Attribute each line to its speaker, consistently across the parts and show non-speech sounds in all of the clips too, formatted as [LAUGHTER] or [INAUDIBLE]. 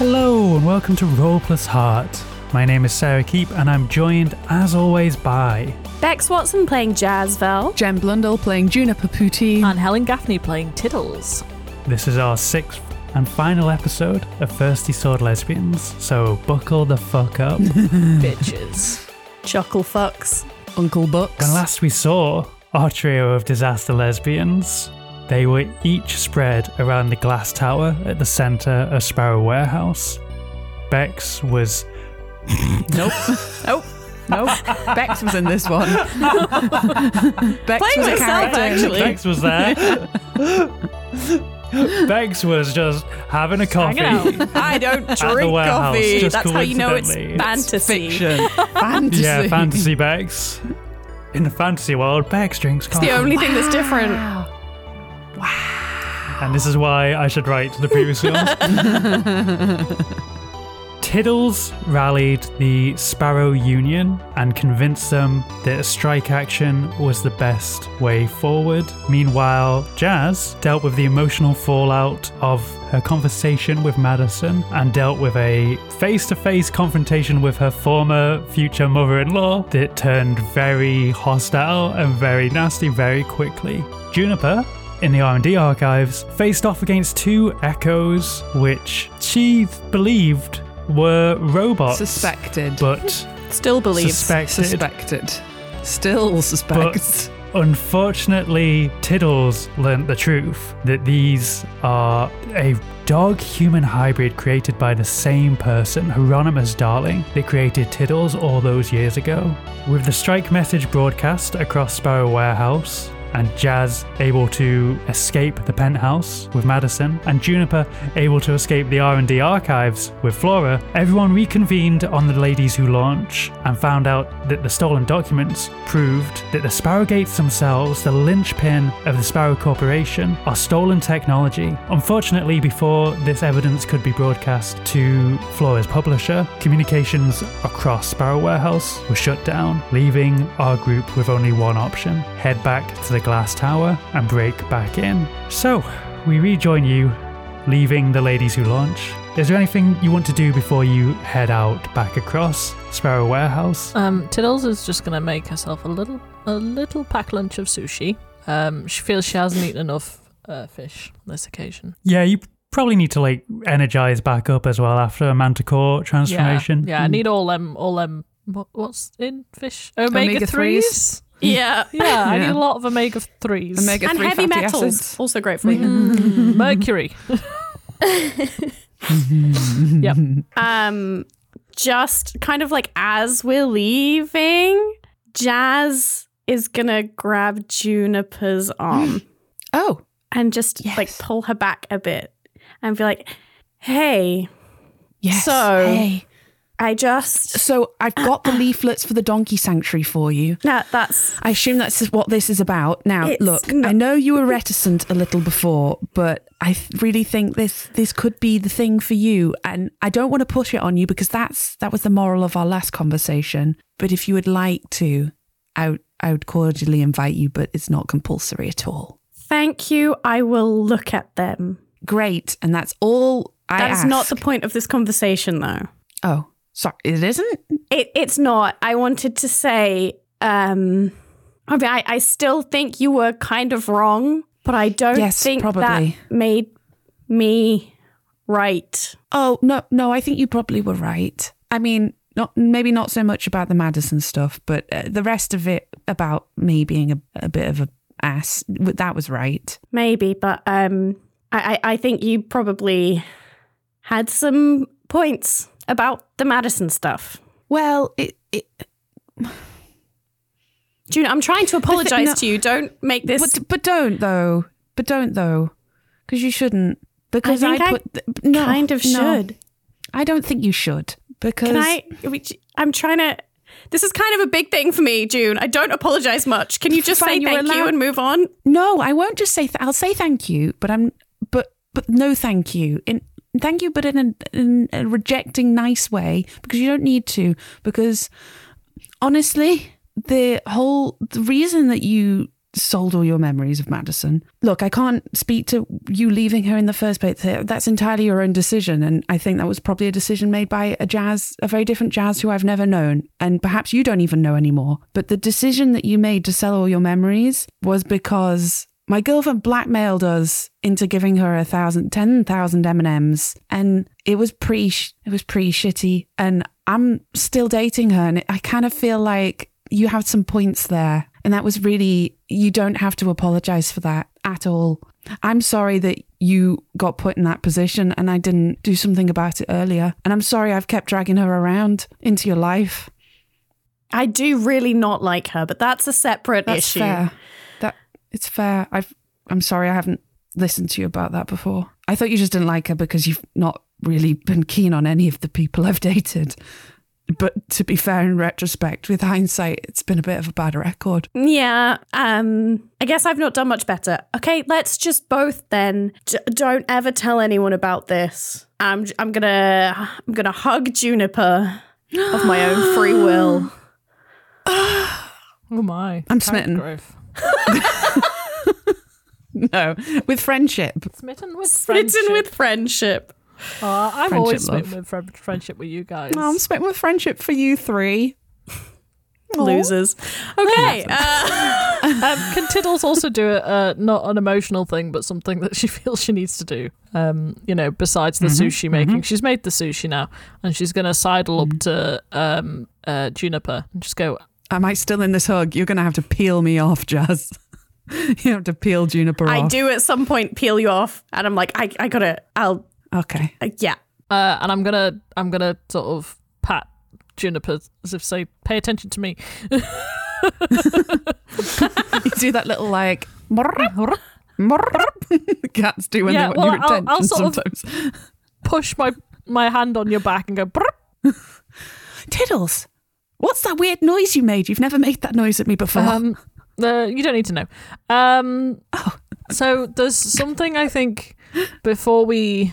Speaker 1: Hello and welcome to Roll Plus Heart. My name is Sarah Keep and I'm joined as always by
Speaker 2: Bex Watson playing Jazzvel.
Speaker 3: Jen Blundell playing Juniper Poutine.
Speaker 4: and Helen Gaffney playing Tiddles.
Speaker 1: This is our sixth and final episode of Thirsty Sword Lesbians, so buckle the fuck up. and
Speaker 4: Bitches.
Speaker 2: Chuckle fucks.
Speaker 3: Uncle Bucks.
Speaker 1: last we saw our trio of disaster lesbians, they were each spread around the glass tower at the centre of Sparrow Warehouse. Bex was
Speaker 3: Nope. nope.
Speaker 2: [LAUGHS]
Speaker 3: Nope. Bex was in this one. Bex
Speaker 4: Playing
Speaker 3: was a
Speaker 4: myself,
Speaker 3: character.
Speaker 4: actually.
Speaker 1: Bex was there. Bex was just having a coffee.
Speaker 4: Hanging
Speaker 2: [LAUGHS]
Speaker 4: out.
Speaker 3: I don't
Speaker 1: the
Speaker 3: drink
Speaker 1: warehouse,
Speaker 3: coffee.
Speaker 1: just
Speaker 3: That's
Speaker 2: That's how you know it's
Speaker 1: coincidentally.
Speaker 2: fantasy. [LAUGHS]
Speaker 3: fiction. fantasy.
Speaker 1: Yeah, fantasy Bex. In the fantasy world, Bex drinks
Speaker 2: It's
Speaker 1: coffee.
Speaker 2: the only thing that's different.
Speaker 1: and this is why I should write the previous films. Tiddles rallied the Sparrow Union and convinced them that a strike action was the best way forward. Meanwhile, Jazz dealt with the emotional fallout of her conversation with Madison and dealt with a face to face confrontation with her former future mother in law that turned very hostile and very nasty very quickly. Juniper in the R&D archives faced off against two echoes which she believed were robots
Speaker 3: Suspected.
Speaker 1: but
Speaker 2: Still believes.
Speaker 1: suspected
Speaker 3: Suspected. Still suspects.
Speaker 1: [LAUGHS] but unfortunately tiddles learnt the truth that these are a dog human hybrid created by the same person hieronymus darling that created tiddles all those years ago with the strike message broadcast across sparrow warehouse and Jazz able to escape the penthouse with Madison, and Juniper able to escape the R&D archives with Flora, everyone reconvened on the Ladies Who Launch and found out that the stolen documents proved that the Sparrowgates themselves, the linchpin of the Sparrow Corporation, are stolen technology. Unfortunately, before this evidence could be broadcast to Flora's publisher, communications across Sparrow Warehouse were shut down, leaving our group with only one option head back to the glass tower and break back in. So, we rejoin you, leaving the ladies who launch. Is there anything you want to do before you head out back across Sparrow Warehouse?
Speaker 4: Um, Tiddles is just gonna make herself a little a little pack lunch of sushi. Um, she feels she hasn't eaten enough uh, fish on this occasion.
Speaker 1: Yeah, you probably need to like energize back up as well after a manticore transformation.
Speaker 4: Yeah, yeah. I need all them all them. What, what's in fish? Omega threes.
Speaker 3: Omega-threes?
Speaker 2: yeah.
Speaker 4: Yeah, I
Speaker 1: [LAUGHS]
Speaker 4: need
Speaker 3: Yeah.
Speaker 4: a lot of omega threes. Mm,
Speaker 3: Omega
Speaker 2: and
Speaker 3: three
Speaker 2: heavy
Speaker 3: fatty
Speaker 2: metals.
Speaker 3: acids. Mm-hmm.
Speaker 2: Also great for you.
Speaker 4: Mercury. yep.
Speaker 2: Um, just kind of like as we're leaving, Jazz is gonna grab
Speaker 3: [GASPS]
Speaker 2: Juniper's arm
Speaker 3: Oh,
Speaker 2: and just like pull her back a bit and be like, "Hey,
Speaker 3: yes.
Speaker 2: So-
Speaker 3: Hey.
Speaker 2: I just
Speaker 3: So I've got the leaflets for the donkey sanctuary for you.
Speaker 2: no, that's
Speaker 3: I assume that's what this is about. Now,
Speaker 2: It's
Speaker 3: look,
Speaker 2: not-
Speaker 3: I know you were reticent a little before, but I th- really think this this could be the thing for you, and I don't want to push it on you because that's that was the moral of our last conversation. But if you would like to, I would- I would cordially invite you, but it's not compulsory at all.
Speaker 2: thank you. I will look at them."
Speaker 3: Great, and that's all I
Speaker 2: That is
Speaker 3: ask.
Speaker 2: not the point of this conversation, though.
Speaker 3: oh, sorry, it isn't.
Speaker 2: It, it's not. I wanted to say, um, I mean, I, I still think you were kind of wrong, but I don't
Speaker 3: Yes,
Speaker 2: think
Speaker 3: probably.
Speaker 2: that made me right.
Speaker 3: Oh no, no, I think you probably were right. I mean, not maybe not so much about the Madison stuff, but uh, the rest of it about me being a, a bit of a ass. w- That was right.
Speaker 2: Maybe, but um, I, I, I think you probably had some points about the Madison stuff.
Speaker 3: Well, it, it
Speaker 2: June, I'm trying to apologize
Speaker 3: no-
Speaker 2: to you. Don't make this.
Speaker 3: but but don't though, but don't though, because you shouldn't. Because I,
Speaker 2: think I
Speaker 3: put th- no,
Speaker 2: kind of
Speaker 3: no,
Speaker 2: should.
Speaker 3: I don't think you should. Because
Speaker 2: Can I? Which, I'm trying to. This is kind of a big thing for me, June. I don't apologize much. Can you just
Speaker 3: Fine,
Speaker 2: say
Speaker 3: you're
Speaker 2: thank you
Speaker 3: allowed-
Speaker 2: and move on?
Speaker 3: No, I won't just say. Th- I'll say thank you, but I'm but but no, thank you. In thank you, but in a, in a rejecting nice way because you don't need to. Because honestly, the whole the reason that you sold all your memories of Madison. Look, I can't speak to you leaving her in the first place. That's entirely your own decision. And I think that was probably a decision made by a jazz, a very different jazz who I've never known. And perhaps you don't even know anymore. But the decision that you made to sell all your memories was because my girlfriend blackmailed us into giving her a thousand, ten thousand M and M's, and it was pretty, sh- it was pretty shitty. And I'm still dating her, and I kind of feel like you had some points there, and that was really, you don't have to apologize for that at all. I'm sorry that you got put in that position, and I didn't do something about it earlier. And I'm sorry I've kept dragging her around into your life.
Speaker 2: I do really not like her, but that's a separate
Speaker 3: That's
Speaker 2: issue.
Speaker 3: fair. That it's fair. I've I'm sorry I haven't listened to you about that before. I thought you just didn't like her because you've not really been keen on any of the people I've dated. But to be fair, in retrospect, with hindsight, it's been a bit of a bad record. [LAUGHS]
Speaker 2: Yeah, um, I guess I've not done much better. Okay, let's just both then j- don't ever tell anyone about this. I'm j- I'm gonna I'm gonna hug Juniper of my own free will.
Speaker 4: Oh my.
Speaker 3: I'm smitten.
Speaker 4: Growth.
Speaker 3: No, with friendship.
Speaker 4: Smitten with
Speaker 2: [GASPS] Smitten
Speaker 4: friendship.
Speaker 2: with friendship.
Speaker 4: Aw, I'm always
Speaker 3: Friendship,
Speaker 4: smitten with fri- friendship with you guys.
Speaker 3: Oh, I'm smitten with friendship for you three. Aw.
Speaker 2: Losers. Okay. Uh,
Speaker 4: Um, can Tiddles also do a, uh, not an emotional thing, but something that she [LAUGHS] feels she needs to do? Um, you know, besides the sushi making, she's made the sushi now, and she's gonna sidle up to um, uh, Juniper and just go.
Speaker 3: Am I still in this hug? You're going to have to peel me off, Jazz. [LAUGHS] you have to peel Juniper
Speaker 2: I
Speaker 3: off.
Speaker 2: do at some point peel you off, and I'm like, I I gotta. I'll.
Speaker 3: Okay.
Speaker 2: Uh, yeah.
Speaker 4: Uh, and I'm gonna, I'm gonna sort of pat Juniper as if say, pay attention to me.
Speaker 3: [LAUGHS] You do that little like Morp. [LAUGHS] Cats do when
Speaker 4: Yeah,
Speaker 3: they want
Speaker 4: well,
Speaker 3: your
Speaker 4: I'll-
Speaker 3: attention
Speaker 4: I'll sort of-
Speaker 3: sometimes.
Speaker 4: Push my my hand on your back and go. "Brrr."
Speaker 3: Tiddles, what's that weird noise you made? You've never made that noise at me before.
Speaker 4: Um, uh, you don't need to know. Um,
Speaker 3: Oh.
Speaker 4: so there's something I think before we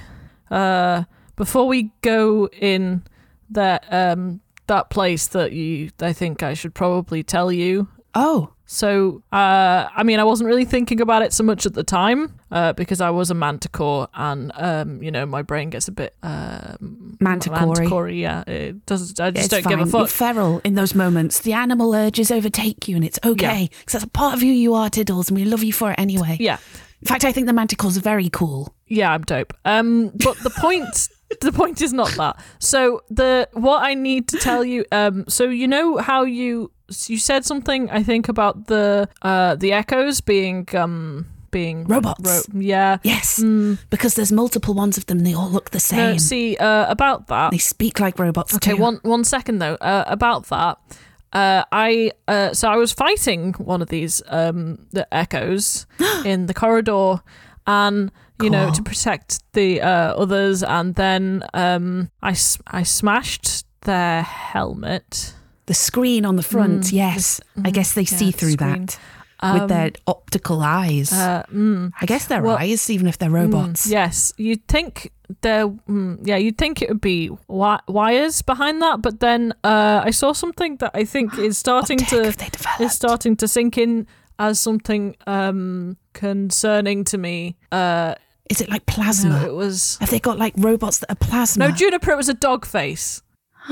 Speaker 4: uh, before we go in that um, that place that you I think I should probably tell you.
Speaker 3: oh,
Speaker 4: So uh, I mean I wasn't really thinking about it so much at the time uh, because I was a manticore and um, you know my brain gets a bit um,
Speaker 3: Manticore-y.
Speaker 4: manticore yeah it does I
Speaker 3: it's
Speaker 4: just don't
Speaker 3: fine.
Speaker 4: give a
Speaker 3: You're
Speaker 4: fuck
Speaker 3: feral in those moments. The animal urges overtake you, and it's okay because that's a part of who you are, Tiddles, and we love you for it anyway.
Speaker 4: yeah
Speaker 3: In fact, I think the manticles are very cool.
Speaker 4: yeah i'm dope um but the
Speaker 3: [LAUGHS]
Speaker 4: point the point is not that so the what i need to tell you um so you know how you you said something i think about the uh the echoes being um being
Speaker 3: Robots.
Speaker 4: yeah
Speaker 3: Yes, because there's multiple ones of them. They all look the same.
Speaker 4: Hmm. no, see uh about that
Speaker 3: they speak like robots.
Speaker 4: Okay,
Speaker 3: too.
Speaker 4: one one second though. Uh, about that, uh, I uh, so I was fighting one of these um, the echoes
Speaker 3: [GASPS]
Speaker 4: in the corridor, and you know to protect the uh, others, and then um, I s- I smashed their helmet.
Speaker 3: The screen on the front.
Speaker 4: Hmm.
Speaker 3: yes, I guess they see
Speaker 4: the
Speaker 3: through
Speaker 4: screen.
Speaker 3: that with their optical eyes.
Speaker 4: Um, Uh, mm,
Speaker 3: I guess they're
Speaker 4: Well- hmm,
Speaker 3: eyes, even if they're robots.
Speaker 4: yes, you'd think there. Mm, yeah, you'd think it would be wi- wires behind that, but then uh, I saw something that I think is
Speaker 3: [GASPS]
Speaker 4: starting
Speaker 3: Optic,
Speaker 4: to
Speaker 3: if they developed.
Speaker 4: is starting to sink in as something um concerning to me. Uh
Speaker 3: Is it like plasma?
Speaker 4: no, it was
Speaker 3: Have they got like robots that are plasma?
Speaker 4: No, Juniper, it was a dog face.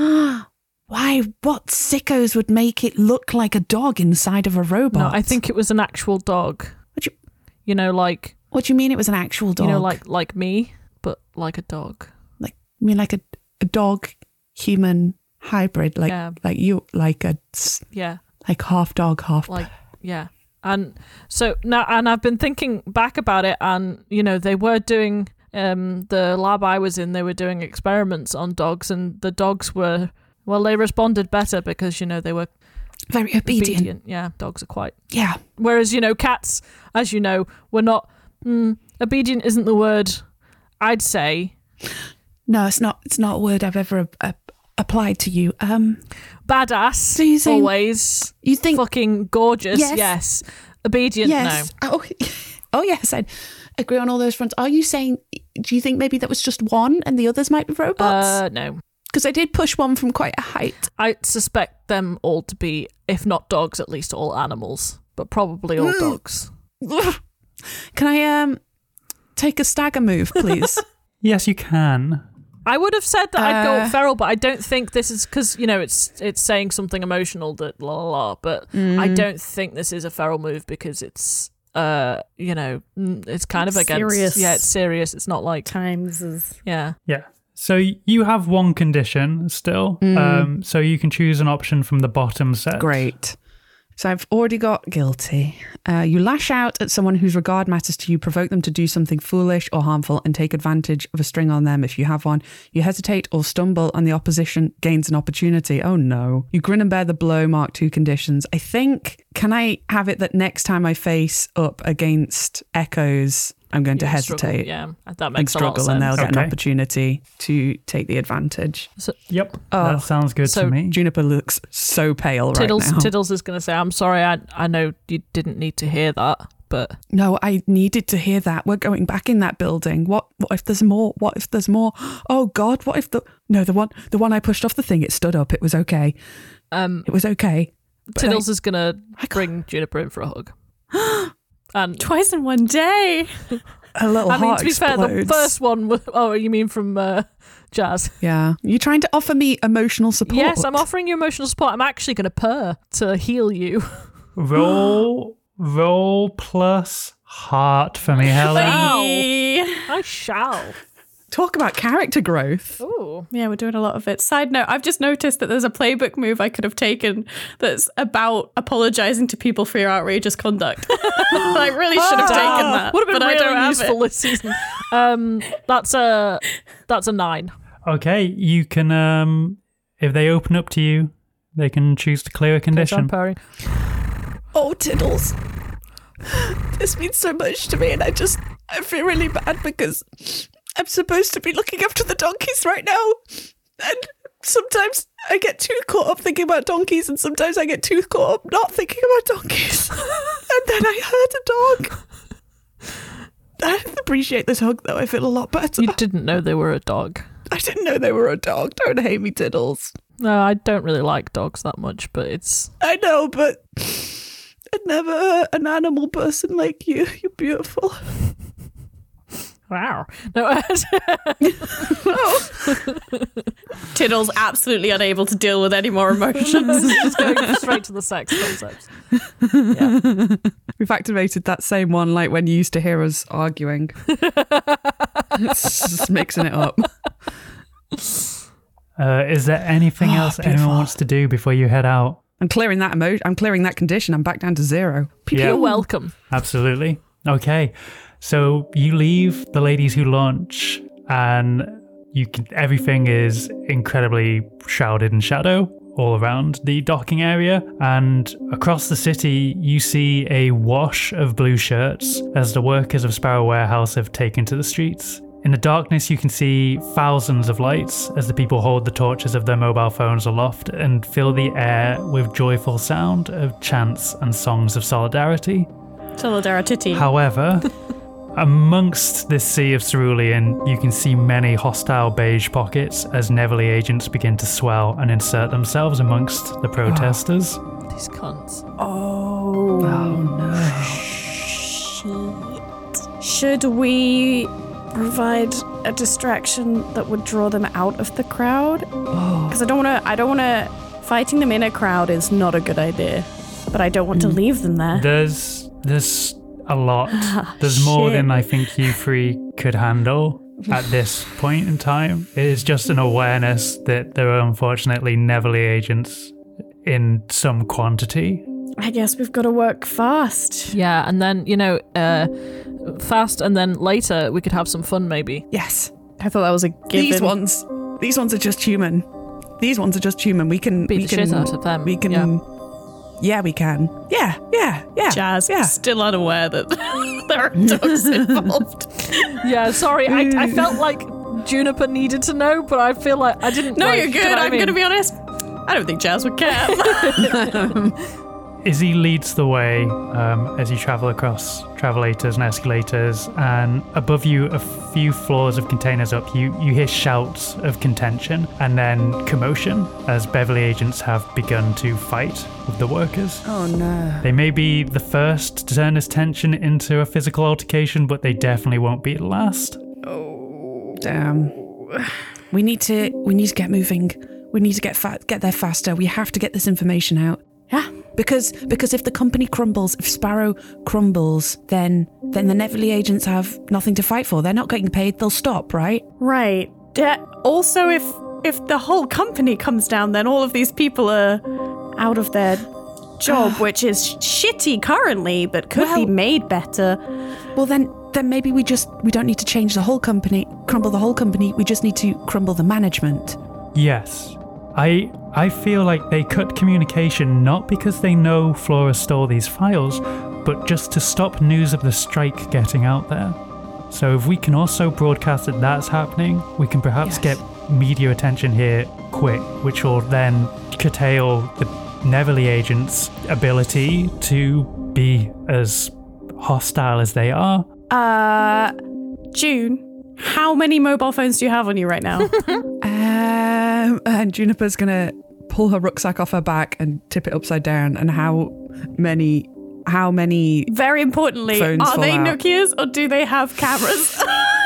Speaker 3: [GASPS] Why? What sickos would make it look like a dog inside of a robot?
Speaker 4: No, I think it was an actual dog.
Speaker 3: What do you,
Speaker 4: You know, like
Speaker 3: what do you mean? It was an actual dog?
Speaker 4: you know, like like me, but like a dog.
Speaker 3: like I mean, like a, a dog human hybrid, like
Speaker 4: Yeah.
Speaker 3: like you, like a s-
Speaker 4: Yeah.
Speaker 3: like half dog, half.
Speaker 4: Like yeah. And so now and I've been thinking back about it and you know, they were doing um the lab I was in, they were doing experiments on dogs and the dogs were well, they responded better because, you know, they were
Speaker 3: very obedient.
Speaker 4: obedient. Yeah, dogs are quite
Speaker 3: Yeah,
Speaker 4: Whereas, you know, cats, as you know, we're not. Mm, obedient isn't the word I'd say.
Speaker 3: no, it's not. It's not a word I've ever uh, applied to you. Um,
Speaker 4: Badass,
Speaker 3: So you're saying-
Speaker 4: always.
Speaker 3: you think
Speaker 4: Fucking gorgeous,
Speaker 3: Yes.
Speaker 4: yes. Obedient,
Speaker 3: Yes. Oh, [LAUGHS] oh yes, I agree on all those fronts. Are you saying? Do you think maybe that was just one, and the others might be
Speaker 4: no.
Speaker 3: robots?
Speaker 4: Uh, no.
Speaker 3: Because I did push one from quite a height. [LAUGHS]
Speaker 4: I suspect them all to be, if not dogs, at least all animals. but probably all
Speaker 3: Hmm.
Speaker 4: dogs.
Speaker 3: Can I um take a stagger move, please?
Speaker 1: Yes, you can.
Speaker 4: I would have said that I'd go
Speaker 3: Uh,
Speaker 4: up feral, but I don't think this is because you know it's it's saying something emotional that la la la. But
Speaker 3: Mm.
Speaker 4: I don't think this is a feral move because it's uh you know mm, it's kind of
Speaker 2: It's
Speaker 4: against
Speaker 2: serious.
Speaker 4: yeah it's serious. It's not like
Speaker 2: Times is
Speaker 4: yeah
Speaker 1: Yeah. So y- you have one condition still. Um, so you can choose an option from the bottom set.
Speaker 3: Mm. Great. So I've already got guilty. Uh, you lash out at someone whose regard matters to you, provoke them to do something foolish or harmful, and take advantage of a string on them if you have one. You hesitate or stumble, and the opposition gains an opportunity. Oh no. You grin and bear the blow, mark two conditions. I think, can I have it that next time I face up against echoes, I'm going to
Speaker 4: yeah,
Speaker 3: hesitate
Speaker 4: struggle. Yeah, that
Speaker 3: and
Speaker 4: makes a lot of
Speaker 3: struggle, and
Speaker 4: sense.
Speaker 3: they'll get an
Speaker 1: Okay.
Speaker 3: opportunity to take the advantage.
Speaker 1: Yep.
Speaker 3: Oh,
Speaker 1: that sounds good
Speaker 4: so
Speaker 1: to me.
Speaker 3: Juniper looks so pale
Speaker 4: Tiddles
Speaker 3: right now.
Speaker 4: Tiddles is going to say, "I'm sorry, I I know you didn't need to hear that, but
Speaker 3: No, I needed to hear that. We're going back in that building. What what if there's more? What if there's more? [GASPS] Oh god, what if the No, the one the one I pushed off the thing, it stood up. It was okay.
Speaker 4: um,
Speaker 3: It was okay. But I-
Speaker 4: Tiddles is going to
Speaker 3: I can't-
Speaker 4: bring Juniper in for a
Speaker 3: [GASPS]
Speaker 4: hug." And
Speaker 2: twice in one day.
Speaker 3: a little
Speaker 4: I mean,
Speaker 3: heart
Speaker 4: to be fair, the
Speaker 3: explodes.
Speaker 4: first one. Was, oh, you mean from uh, Jazz?
Speaker 3: Yeah. You're trying to offer me emotional support.
Speaker 4: Yes, I'm offering you emotional support. I'm actually going to purr to heal you.
Speaker 1: Roll, roll plus heart for
Speaker 3: [LAUGHS]
Speaker 1: me, Helen.
Speaker 4: Ow.
Speaker 2: Hey.
Speaker 4: I shall.
Speaker 3: Talk about character growth.
Speaker 4: Oh,
Speaker 2: Yeah, we're doing a lot of it. Side note, I've just noticed that there's a playbook move I could have taken that's about apologizing to people for your outrageous conduct. [LAUGHS] I really should have taken that.
Speaker 4: would have
Speaker 2: but
Speaker 4: Ah. been
Speaker 2: I don't
Speaker 4: really
Speaker 2: have
Speaker 4: useful
Speaker 2: it.
Speaker 4: this season. Um, that's a that's a nine.
Speaker 1: Okay, you can. Um, if they open up to you, they can choose to clear a
Speaker 4: I'm
Speaker 1: condition.
Speaker 4: purring.
Speaker 3: Oh, Tiddles. This means so much to me, and I just I feel really bad because I'm supposed to be looking after the donkeys right now, and sometimes I get too caught up thinking about donkeys, and sometimes I get too caught up not thinking about donkeys, [LAUGHS] and then I hurt a dog. I appreciate this hug though. I feel a lot better.
Speaker 4: You didn't know they were a dog.
Speaker 3: I didn't know they were a dog. Don't hate me, Tiddles.
Speaker 4: No, I don't really like dogs that much, but it's
Speaker 3: I know, but I'd never hurt an animal person like you. You're beautiful.
Speaker 4: wow. No, [LAUGHS]
Speaker 2: Tiddle's absolutely unable to deal with any more
Speaker 4: [LAUGHS]
Speaker 2: emotions.
Speaker 4: just going straight to the sex concepts. Yeah.
Speaker 3: [LAUGHS] We've activated that same one like when you used to hear us arguing. it's just mixing it up.
Speaker 1: Uh, is there anything
Speaker 3: Ah,
Speaker 1: else
Speaker 3: beautiful.
Speaker 1: anyone wants to do before you head out?
Speaker 3: I'm clearing that emotion. I'm clearing that condition. I'm back down to zero.
Speaker 1: Yeah.
Speaker 4: You're welcome.
Speaker 1: Absolutely. Okay. So you leave the ladies who launch, and you can, everything is incredibly shrouded in shadow all around the docking area. And across the city, you see a wash of blue shirts as the workers of Sparrow Warehouse have taken to the streets. In the darkness, you can see thousands of lights as the people hold the torches of their mobile phones aloft and fill the air with joyful sound of chants and songs of solidarity.
Speaker 2: Solidarity.
Speaker 1: However, amongst this sea of cerulean, you can see many hostile beige pockets as Neverly agents begin to swell and insert themselves amongst the protesters.
Speaker 4: These cunts. Oh.
Speaker 2: Oh. Should we provide a distraction that would draw them out of the crowd? Because I don't want to. I don't want to. Fighting them in a crowd is not a good idea. But I don't want to leave them there.
Speaker 1: There's there's a lot. There's more
Speaker 2: shit.
Speaker 1: than I think you three could handle at this point in time. It is just an awareness that there are unfortunately Neverly agents in some quantity.
Speaker 2: I guess we've got to work fast.
Speaker 4: Yeah, and then you know, uh, fast, and then later we could have some fun, maybe.
Speaker 3: Yes.
Speaker 2: I thought that was a given.
Speaker 3: These ones. These ones are just human. These ones are just human. We can
Speaker 4: Beat
Speaker 3: we
Speaker 4: the
Speaker 3: can,
Speaker 4: shit out of them,
Speaker 3: We can.
Speaker 4: yeah.
Speaker 3: Yeah. we can. Yeah. Yeah. Yeah.
Speaker 2: Jazz
Speaker 3: Yeah.
Speaker 2: still unaware that [LAUGHS] there are dogs involved.
Speaker 4: Yeah, sorry, I, I felt like Juniper needed to know, but I feel like I didn't.
Speaker 2: No,
Speaker 4: like,
Speaker 2: you're
Speaker 4: do
Speaker 2: good.
Speaker 4: you know what I
Speaker 2: I'm
Speaker 4: mean?
Speaker 2: going to be honest. I don't think Jazz would care.
Speaker 1: Izzy leads the way um, as you travel across travelators and escalators, and above you, a few floors of containers up, you, you hear shouts of contention and then commotion as Beverly agents have begun to fight with the workers.
Speaker 3: Oh no.
Speaker 1: They may be the first to turn this tension into a physical altercation, but they definitely won't be the last.
Speaker 3: Damn. We need to we need to get moving. We need to get fa- get there faster. We have to get this information out.
Speaker 2: [LAUGHS] Yeah.
Speaker 3: Because because if the company crumbles, if Sparrow crumbles, then then the Neverly agents have nothing to fight for. They're not getting paid. They'll stop, right?
Speaker 2: Right. Yeah, also, if if the whole company comes down, then all of these people are out of their
Speaker 3: [SIGHS]
Speaker 2: job, which is shitty currently, but could be
Speaker 3: Well-
Speaker 2: made better.
Speaker 3: Well then then maybe we just we don't need to change the whole company, crumble the whole company. We just need to crumble the management.
Speaker 1: Yes. I I feel like they cut communication not because they know Flora stole these files, but just to stop news of the strike getting out there. So if we can also broadcast that that's happening, we can perhaps
Speaker 3: Yes.
Speaker 1: get media attention here quick, which will then curtail the Neverly agents' ability to be as hostile as they are.
Speaker 2: Uh, June, how many mobile phones do you have on you right
Speaker 3: [LAUGHS]
Speaker 2: now?
Speaker 3: Um, and Juniper's gonna pull her rucksack off her back and tip it upside down. And how many? How many?
Speaker 2: Very importantly,
Speaker 3: Phones
Speaker 2: are
Speaker 3: fall
Speaker 2: they
Speaker 3: out.
Speaker 2: Nokia's or do they have
Speaker 3: [LAUGHS]
Speaker 2: cameras?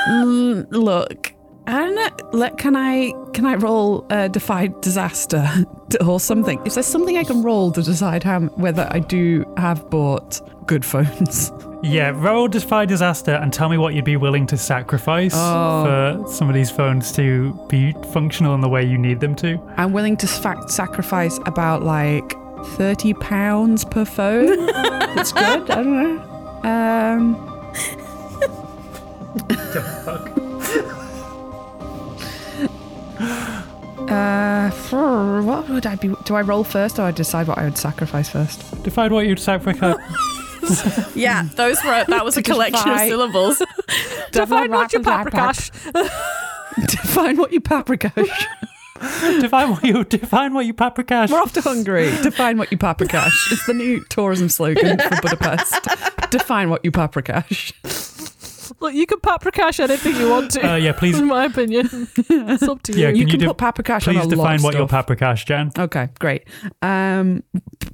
Speaker 3: Mm, look, I don't know. Let, can I? Can I roll uh, defy disaster [LAUGHS] to- or something? Is there something I can roll to decide how whether I do have bought good phones?
Speaker 1: Yeah, roll defy disaster and tell me what you'd be willing to sacrifice
Speaker 3: Oh.
Speaker 1: for some of these phones to be functional in the way you need them to.
Speaker 3: I'm willing to fact sacrifice about like thirty pounds per phone. [LAUGHS] That's good. I don't know. Um. Uh, for- what would I be? Do I roll first, or I decide what I would sacrifice [LAUGHS] first?
Speaker 1: Define what you'd
Speaker 3: [LAUGHS]
Speaker 1: sacrifice.
Speaker 2: yeah, those were that was a collection of
Speaker 3: buy- [LAUGHS]
Speaker 2: syllables.
Speaker 4: Define what your
Speaker 3: paprikash. [LAUGHS]
Speaker 4: paprikash.
Speaker 3: Define what you paprikash.
Speaker 1: define what you define what you paprikash.
Speaker 3: We're off to Hungary. [LAUGHS] Define what you paprikash. It's the new tourism slogan [LAUGHS] for Budapest. Define what you paprikash.
Speaker 4: Look, you can paprikash anything you want to.
Speaker 1: [LAUGHS] Uh, yeah,
Speaker 3: [LAUGHS]
Speaker 1: please.
Speaker 4: in my opinion, it's up to you.
Speaker 1: Yeah,
Speaker 3: You
Speaker 1: Can you
Speaker 3: can
Speaker 1: de-
Speaker 3: put paprikash on a
Speaker 1: Please
Speaker 3: lot
Speaker 1: define
Speaker 3: of
Speaker 1: what your
Speaker 3: stuff.
Speaker 1: paprikash, Jan.
Speaker 3: Okay, great. Um,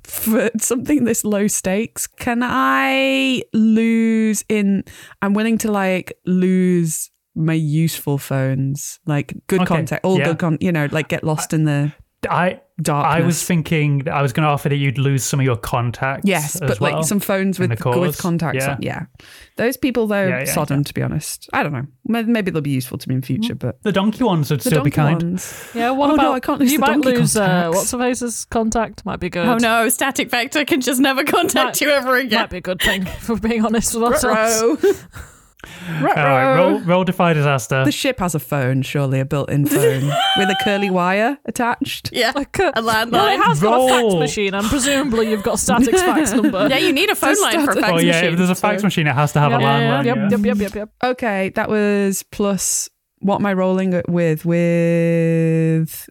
Speaker 3: for something this low stakes, can I lose in? I'm willing to like lose my useful phones, like good
Speaker 1: Okay,
Speaker 3: contact, all
Speaker 1: yeah.
Speaker 3: good con. You know, like get lost in the
Speaker 1: I
Speaker 3: darkness.
Speaker 1: I was thinking that I was going to offer that you'd lose some of your contacts.
Speaker 3: yes,
Speaker 1: as
Speaker 3: but
Speaker 1: well.
Speaker 3: like some phones
Speaker 1: in
Speaker 3: with
Speaker 1: the cause,
Speaker 3: with contacts.
Speaker 1: yeah.
Speaker 3: On, yeah, those people though
Speaker 1: Yeah, yeah,
Speaker 3: sodden to be honest. I don't know. May- Maybe they'll be useful to me in future, but
Speaker 1: the donkey ones would
Speaker 3: the
Speaker 1: still Mm. be
Speaker 3: donkey
Speaker 1: kind.
Speaker 3: ones.
Speaker 4: Yeah, what
Speaker 3: Oh, no,
Speaker 4: about
Speaker 3: I can't lose
Speaker 4: you
Speaker 3: the
Speaker 4: might
Speaker 3: donkey
Speaker 4: lose uh,
Speaker 3: contacts.
Speaker 4: what's her face's contact might be good.
Speaker 2: Oh no, Static Vector can just never contact
Speaker 4: Might-
Speaker 2: you ever again.
Speaker 4: might be a good thing [LAUGHS] if we're being honest with ourselves.
Speaker 1: [LAUGHS] All right, roll, roll defy disaster.
Speaker 3: The ship has a phone, surely a built-in phone with a curly wire attached.
Speaker 2: Yeah,
Speaker 4: Like a,
Speaker 2: a
Speaker 4: well, it
Speaker 2: landline.
Speaker 4: has got a fax
Speaker 1: Roll.
Speaker 4: machine, and presumably you've got static's fax number.
Speaker 2: Yeah, you need a
Speaker 3: [LAUGHS]
Speaker 2: phone line for a
Speaker 3: Static-
Speaker 2: fax
Speaker 1: oh yeah, if
Speaker 2: machine.
Speaker 1: there's a fax
Speaker 3: so-
Speaker 1: machine, it has to have a landline.
Speaker 4: yep,
Speaker 1: yeah.
Speaker 4: yep, yep, yep, yep.
Speaker 3: Okay, that was plus. What am I rolling it with? With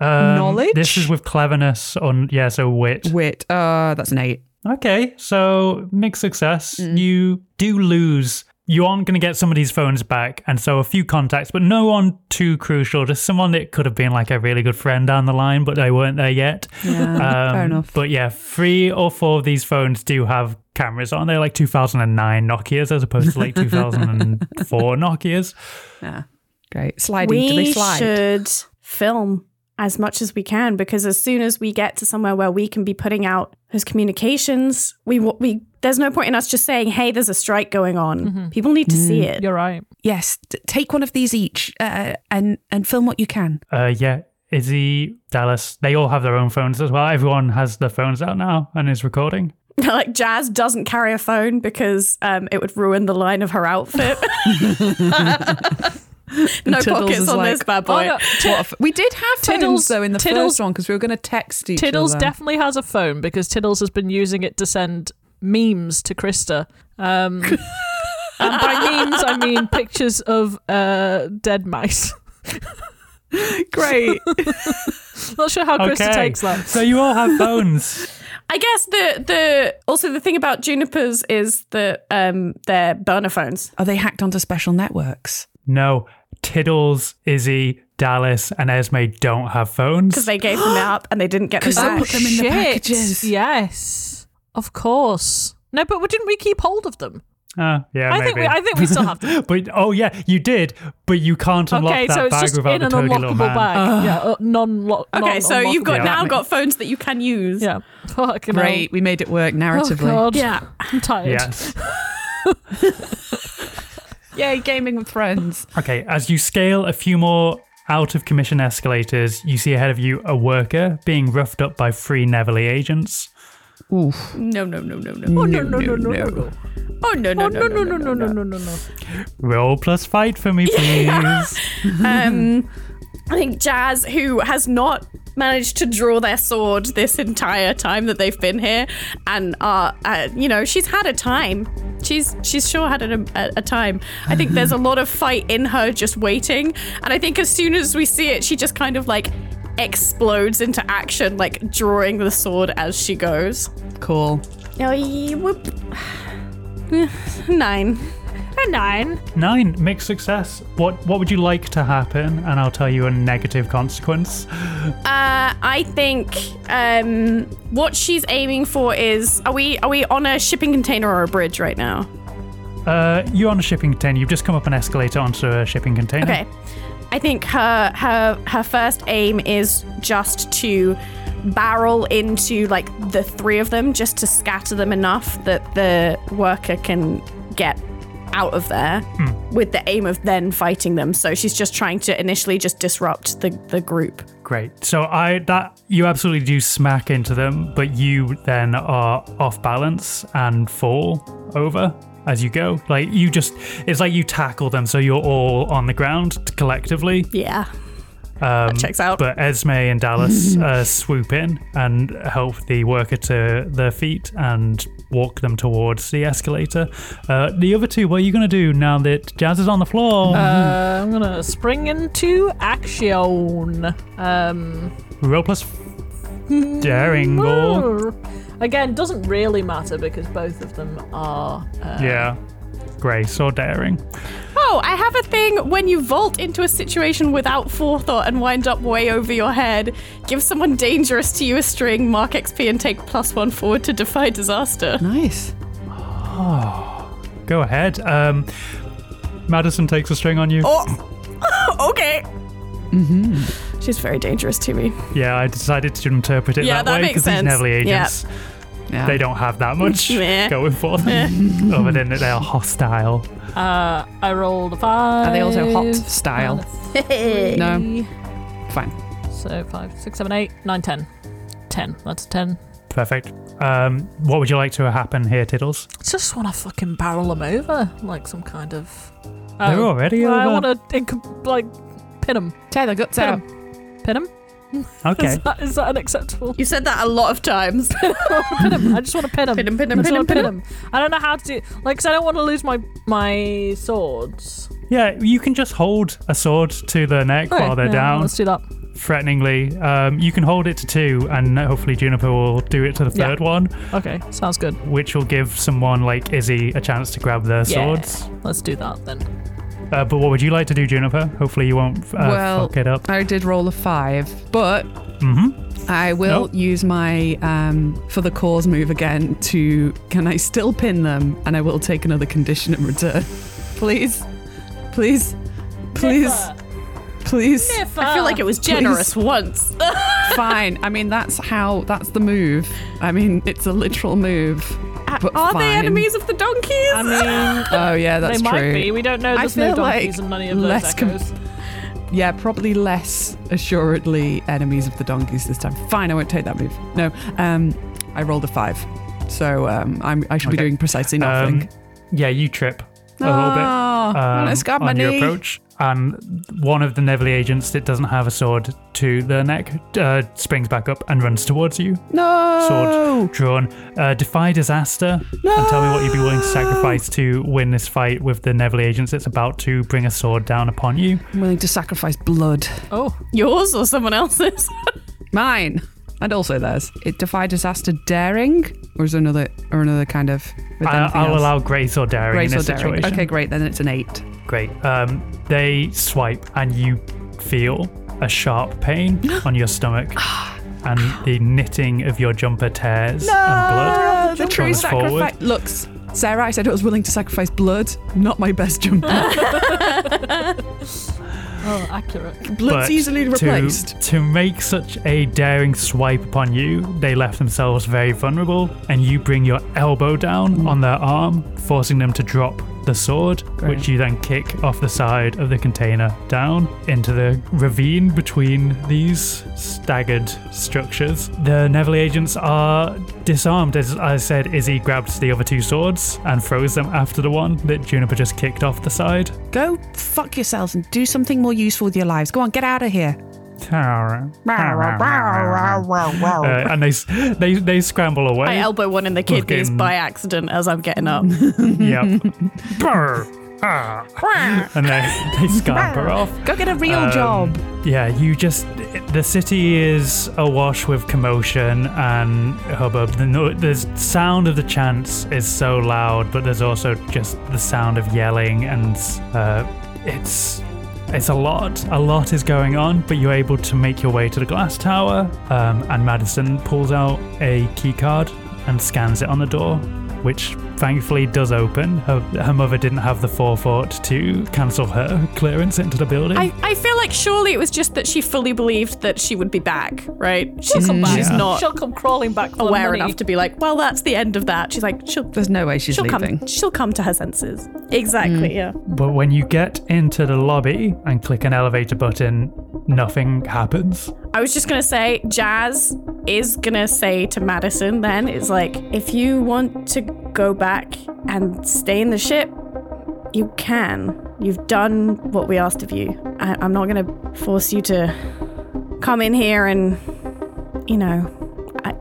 Speaker 1: Um,
Speaker 3: Knowledge?
Speaker 1: This is with cleverness on yeah, so wit.
Speaker 3: wit. Uh, that's an eight.
Speaker 1: Okay, so mixed success.
Speaker 3: Mm.
Speaker 1: You do lose. You aren't going to get somebody's phones back, and so a few contacts, but no one too crucial. Just someone that could have been like a really good friend down the line, but they weren't there yet.
Speaker 3: Yeah,
Speaker 1: Um,
Speaker 3: [LAUGHS] fair enough.
Speaker 1: But yeah, three or four of these phones do have cameras on. They're like 2009 Nokias as opposed to
Speaker 3: [LAUGHS]
Speaker 1: like 2004 Nokias.
Speaker 3: Yeah, great. Sliding. Do they slide?
Speaker 2: should film as much as we can because as soon as we get to somewhere where we can be putting out those communications, we wa- we there's no point in us just saying, "Hey, there's a strike going on."
Speaker 3: Mm-hmm.
Speaker 2: People need to see
Speaker 3: Mm.
Speaker 2: it.
Speaker 4: You're right.
Speaker 3: Yes, t- take one of these each uh, and and film what you can.
Speaker 1: Uh, yeah, Izzy, Dallas, they all have their own phones as well. Everyone has their phones out now and is recording.
Speaker 2: [LAUGHS] like Jazz doesn't carry a phone because um, it would ruin the line of her
Speaker 3: [LAUGHS]
Speaker 2: outfit. no
Speaker 3: Tiddles
Speaker 2: pockets
Speaker 3: is
Speaker 2: on
Speaker 3: like,
Speaker 2: this bad
Speaker 4: Oh,
Speaker 2: boy.
Speaker 4: no,
Speaker 3: What a f- we did have phones
Speaker 4: Tiddles-
Speaker 3: though in the
Speaker 4: Tiddles-
Speaker 3: first one because we were going to text each
Speaker 4: Tiddles
Speaker 3: other.
Speaker 4: definitely has a phone because Tiddles has been using it to send memes to Krista.
Speaker 1: [LAUGHS]
Speaker 4: Um, and by memes, I mean pictures of uh, dead mice. [LAUGHS]
Speaker 3: Great.
Speaker 4: Not sure how Krista
Speaker 1: Okay.
Speaker 4: takes
Speaker 3: [LAUGHS]
Speaker 4: that.
Speaker 1: So you all have phones.
Speaker 2: I guess the the also the thing about junipers is that um they're burner phones.
Speaker 3: [LAUGHS] Are they hacked onto special networks?
Speaker 1: No, Tiddles, Izzy, Dallas, and Esme don't have
Speaker 2: Because
Speaker 1: phones.
Speaker 2: they gave
Speaker 3: [GASPS]
Speaker 2: them up and they didn't get them
Speaker 3: 'Cause I
Speaker 2: back.
Speaker 3: put them in the
Speaker 4: Shit.
Speaker 3: packages.
Speaker 4: Yes, of course. No, but didn't we keep hold of them?
Speaker 1: Ah, yeah,
Speaker 4: I
Speaker 1: maybe.
Speaker 4: think we, I think we still
Speaker 1: [LAUGHS]
Speaker 4: have them.
Speaker 1: but oh yeah, you did. But you can't unlock
Speaker 4: okay,
Speaker 1: that
Speaker 4: so it's
Speaker 1: bag
Speaker 4: just
Speaker 1: without
Speaker 4: in
Speaker 1: the
Speaker 4: an
Speaker 1: toady little
Speaker 4: unlockable
Speaker 1: man.
Speaker 4: bag. yeah, uh, non-lock.
Speaker 2: Okay, so you've got
Speaker 1: Yeah.
Speaker 2: now got phones that you can use.
Speaker 4: Yeah, [LAUGHS] fucking hell.
Speaker 3: Great, we made it work narratively.
Speaker 4: Oh, God.
Speaker 2: Yeah.
Speaker 4: I'm tired.
Speaker 1: Yes.
Speaker 4: [LAUGHS]
Speaker 3: Yay, gaming with friends.
Speaker 1: Okay, as you scale a few more out of commission escalators, you see ahead of you a worker being roughed up by three Neverly agents.
Speaker 3: Oof.
Speaker 2: No, no, no, no, no.
Speaker 4: Oh no no no no no no!
Speaker 2: Mm. Oh no, no,
Speaker 4: Oh no no no no no no no no!
Speaker 1: Roll plus fight for
Speaker 4: [LAUGHS]
Speaker 1: me, please.
Speaker 2: Um, I think Jazz, who has not managed to draw their sword this entire time that they've been here, and uh, uh you know, she's had a time. She's she's sure had a, a, a time. I think there's a lot of fight in her just waiting, and I think as soon as we see it, she just kind of like explodes into action, like drawing the sword as she goes.
Speaker 3: Cool.
Speaker 2: Oh, ye- whoop. [SIGHS] Nine.
Speaker 4: A nine.
Speaker 1: Nine, mixed success. What what would you like to happen? And I'll tell you a negative consequence.
Speaker 2: Uh, I think um, what she's aiming for is are we are we on a shipping container or a bridge right now?
Speaker 1: Uh, you're on a shipping container. You've just come up an escalator onto a shipping container.
Speaker 2: Okay. I think her her her first aim is just to barrel into like the three of them just to scatter them enough that the worker can get out of there with the aim of then fighting them. So she's just trying to initially just disrupt the, the group.
Speaker 1: Great. So I that you absolutely do smack into them, but you then are off balance and fall over as you go. Like you just it's like you tackle them so you're all on the ground collectively.
Speaker 2: Yeah.
Speaker 1: Um,
Speaker 2: checks out.
Speaker 1: But Esme and
Speaker 2: [LAUGHS]
Speaker 1: Dallas uh, swoop in and help the worker to their feet and walk them towards the escalator. Uh, the other two, what are you going to do now that Jazz is on the floor?
Speaker 4: Uh, I'm gonna spring into action. Um,
Speaker 1: Roll plus daring roll.
Speaker 4: woo. Again, doesn't really matter because both of them are. Uh,
Speaker 1: Yeah. Grace or daring.
Speaker 2: Oh, I have a thing when you vault into a situation without forethought and wind up way over your head. Give someone dangerous to you a string, mark XP, and take plus one forward to defy disaster.
Speaker 3: Nice.
Speaker 1: Go ahead. Um, Madison takes a string on you.
Speaker 2: Oh, [LAUGHS] okay. Mm-hmm. She's very dangerous to me.
Speaker 1: Yeah, I decided to interpret it
Speaker 2: Yeah, that
Speaker 1: way
Speaker 2: makes
Speaker 1: because these
Speaker 2: sense.
Speaker 1: Neville
Speaker 2: Yeah.
Speaker 1: agents,
Speaker 3: Yeah.
Speaker 1: they don't have
Speaker 2: [LAUGHS]
Speaker 1: that much
Speaker 2: Meh.
Speaker 1: going for them, [LAUGHS] other than that they're hostile.
Speaker 4: Uh, I rolled a five.
Speaker 3: Are they also hot
Speaker 4: and
Speaker 3: style?
Speaker 4: a
Speaker 3: No.
Speaker 4: three.
Speaker 3: Fine.
Speaker 4: So five, six, seven, eight, nine, ten. Ten. That's a ten.
Speaker 1: Perfect. Um, what would you like to happen here, Tiddles?
Speaker 4: Just want to fucking barrel them over like some kind of.
Speaker 1: They're
Speaker 4: Oh,
Speaker 1: already
Speaker 4: I
Speaker 1: over.
Speaker 4: want to inc- like pin them.
Speaker 3: Tear the guts out.
Speaker 4: Pin them.
Speaker 1: Okay.
Speaker 4: Is, that, is that unacceptable? [LAUGHS]
Speaker 2: You said that a lot of times.
Speaker 4: pin him. I just want to pin him.
Speaker 2: Pin 'em, pin 'em,
Speaker 4: I just
Speaker 2: pin 'em,
Speaker 4: wanna
Speaker 2: pin 'em.
Speaker 4: I don't know how to do. Like, 'cause I don't want to lose my my swords.
Speaker 1: Yeah, you can just hold a sword to their neck
Speaker 4: Okay,
Speaker 1: while they're
Speaker 4: yeah,
Speaker 1: down,
Speaker 4: Let's do that.
Speaker 1: threateningly. Um, you can hold it to two, and hopefully Juniper will do it to the
Speaker 4: Yeah.
Speaker 1: third one,
Speaker 4: Okay, sounds good.
Speaker 1: which will give someone like Izzy a chance to grab their
Speaker 4: Yeah,
Speaker 1: swords.
Speaker 4: Let's do that then.
Speaker 1: Uh, but what would you like to do, Juniper? Hopefully you won't uh,
Speaker 3: well,
Speaker 1: fuck it up. Mm-hmm.
Speaker 3: I did roll a five, but I will
Speaker 1: Nope.
Speaker 3: use my um, for the cause move again to can I still pin them? And I will take another condition in return. [LAUGHS] please, please, please, please.
Speaker 2: I feel like it was generous once.
Speaker 3: Fine. I mean, that's how that's the move. I mean, it's a literal move. But
Speaker 2: Are they
Speaker 3: fine.
Speaker 2: enemies of the donkeys? [LAUGHS]
Speaker 4: I mean,
Speaker 3: Oh yeah, that's
Speaker 4: they
Speaker 3: true.
Speaker 4: might be. We don't know.
Speaker 3: I
Speaker 4: There's no
Speaker 3: feel
Speaker 4: donkeys
Speaker 3: like
Speaker 4: and none of those
Speaker 3: less com-
Speaker 4: echoes.
Speaker 3: Yeah, probably less assuredly enemies of the donkeys this time. Fine, I won't take that move. No, um, I rolled a five, so um, I'm, I should be
Speaker 1: Okay.
Speaker 3: doing precisely
Speaker 1: Um,
Speaker 3: nothing.
Speaker 1: yeah, you trip a little bit.
Speaker 3: Oh,
Speaker 1: um,
Speaker 3: I scabbed my
Speaker 1: on your
Speaker 3: knee.
Speaker 1: approach. And one of the Neverly agents that doesn't have a sword to their neck uh, springs back up and runs towards you,
Speaker 3: No,
Speaker 1: sword drawn. Uh, defy disaster and tell me what you'd be willing to
Speaker 3: No.
Speaker 1: sacrifice to win this fight with the Neverly agents that's about to bring a sword down upon you.
Speaker 3: I'm willing to sacrifice blood.
Speaker 4: Oh,
Speaker 2: Yours or someone else's?
Speaker 3: Mine. and also theirs. It defy disaster daring, or is there another or another kind of? with
Speaker 1: I,
Speaker 3: anything
Speaker 1: I'll
Speaker 3: else?
Speaker 1: allow grace or daring
Speaker 3: Grace
Speaker 1: in
Speaker 3: or
Speaker 1: this
Speaker 3: daring.
Speaker 1: situation.
Speaker 3: Okay, great. Then it's an eight.
Speaker 1: Great. Um, they swipe and you feel a sharp pain on your stomach, and the knitting of your jumper tears and blood.
Speaker 3: the true
Speaker 1: Comes forward.
Speaker 3: sacrifice. Looks, Sarah, I said I was willing to sacrifice blood, not my best jumper.
Speaker 4: Oh,
Speaker 3: [LAUGHS]
Speaker 4: accurate.
Speaker 3: Blood's
Speaker 1: But
Speaker 3: easily
Speaker 1: to-
Speaker 3: replaced.
Speaker 1: To, make such a daring swipe upon you, they left themselves very vulnerable, and you bring your elbow down
Speaker 3: Hmm.
Speaker 1: on their arm, forcing them to drop the sword, which you then kick off the side of the container down into the ravine between these staggered structures. The Neville agents are disarmed, as I said, Izzy grabs the other two swords and throws them after the one that Juniper just kicked off the side.
Speaker 3: Go fuck yourselves and do something more useful with your lives. Go on, get out of here.
Speaker 1: Uh, and they, s- they they scramble away.
Speaker 2: I elbow one in the kidneys
Speaker 1: Fucking-
Speaker 2: by accident as I'm getting up.
Speaker 1: yep. Brr. Ah. and they, they scamper off.
Speaker 3: Go get a real
Speaker 1: Um,
Speaker 3: job.
Speaker 1: Yeah, you just. The city is awash with commotion and hubbub. The, no, the sound of the chants is so loud, but there's also just the sound of yelling, and uh, it's. It's a lot. A lot is going on, but you're able to make your way to the glass tower. Um, and Madison pulls out a key card and scans it on the door, which thankfully does open. Her, her mother didn't have the forethought to cancel her clearance into the building.
Speaker 2: I, I feel like surely it was just that she fully believed that she would be back, right? She's,
Speaker 4: Come back.
Speaker 2: she's not
Speaker 4: She'll come crawling back. For
Speaker 2: aware
Speaker 4: money.
Speaker 2: enough to be like, well, that's the end of that. She's like, she'll,
Speaker 3: There's no way she's
Speaker 2: she'll
Speaker 3: leaving.
Speaker 2: come, she'll come to her senses. Exactly.
Speaker 4: Mm.
Speaker 2: Yeah.
Speaker 1: But when you get into the lobby and click an elevator button, nothing happens.
Speaker 2: I was just gonna say, Jazz is gonna say to Madison then, it's like, if you want to go back and stay in the ship, you can. You've done what we asked of you. I, I'm not gonna force you to come in here and, you know, I,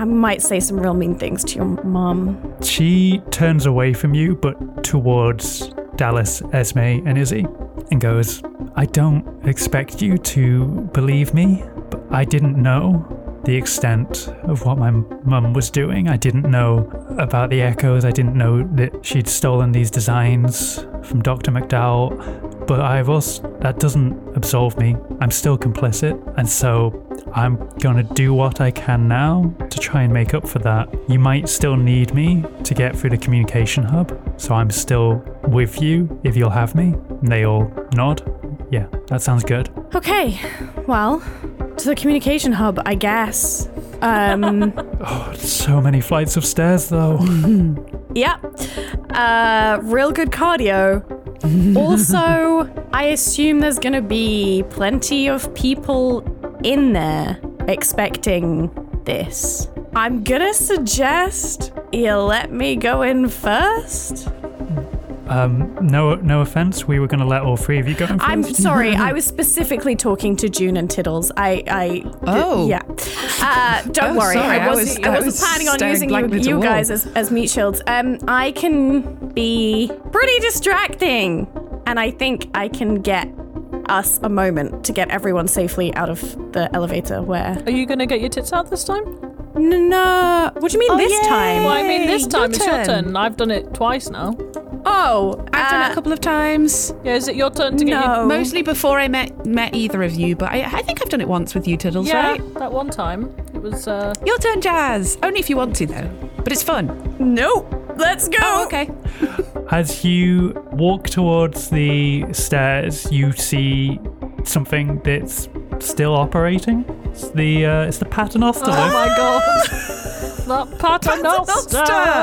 Speaker 2: I might say some real mean things to your mom.
Speaker 1: She turns away from you, but towards Dallas, Esme, and Izzy, and goes, I don't expect you to believe me, but I didn't know the extent of what my mum was doing. I didn't know about the echoes. I didn't know that she'd stolen these designs from Dr. McDowell. But I've also, that doesn't absolve me. I'm still complicit. And so I'm gonna do what I can now to try and make up for that. You might still need me to get through the communication hub, so I'm still with you if you'll have me. And they all nod. Yeah, that sounds good.
Speaker 2: Okay, well, to the communication hub, I guess. Um.
Speaker 1: So many flights of stairs,
Speaker 4: [LAUGHS]
Speaker 1: though.
Speaker 2: Yep. Uh, real good cardio. also, I assume there's going to be plenty of people in there expecting this. I'm going to suggest you let me go in first.
Speaker 1: um, no, no offense. We were gonna let all three of you go. In 1st
Speaker 2: I'm sorry, I was specifically talking to June and Tiddles. I, I,
Speaker 3: Oh.
Speaker 2: yeah. Uh, don't
Speaker 3: Oh,
Speaker 2: worry,
Speaker 3: sorry,
Speaker 2: I
Speaker 3: I
Speaker 2: wasn't,
Speaker 3: was-
Speaker 2: I
Speaker 3: I
Speaker 2: wasn't
Speaker 3: was
Speaker 2: planning on
Speaker 3: staring
Speaker 2: using
Speaker 3: blankly
Speaker 2: you,
Speaker 3: at the
Speaker 2: you
Speaker 3: wall.
Speaker 2: guys as, as meat shields. Um, I can be pretty distracting, and I think I can get us a moment to get everyone safely out of the elevator. Where?
Speaker 4: Are you gonna get your tits out this time?
Speaker 2: N- No, what do you mean this time?
Speaker 4: Well, I mean, this
Speaker 3: Yay,
Speaker 4: time
Speaker 3: your
Speaker 4: it's your
Speaker 3: turn.
Speaker 4: turn. I've done it twice now.
Speaker 2: Oh,
Speaker 3: I've done it
Speaker 2: uh,
Speaker 3: a couple of times.
Speaker 4: Yeah, is it your turn to get your?
Speaker 2: no.
Speaker 3: Mostly before I met met either of you, but I, I think I've done it once with you, Tiddles,
Speaker 4: Yeah,
Speaker 3: right?
Speaker 4: that one time it was. Uh,
Speaker 3: Your turn, Jazz. Only if you want to, though. But it's fun.
Speaker 2: Nope. Let's go.
Speaker 3: Oh, okay.
Speaker 1: As you walk towards the stairs, you see something that's still operating. It's the uh, it's the paternoster.
Speaker 4: oh my god! [LAUGHS] That paternoster.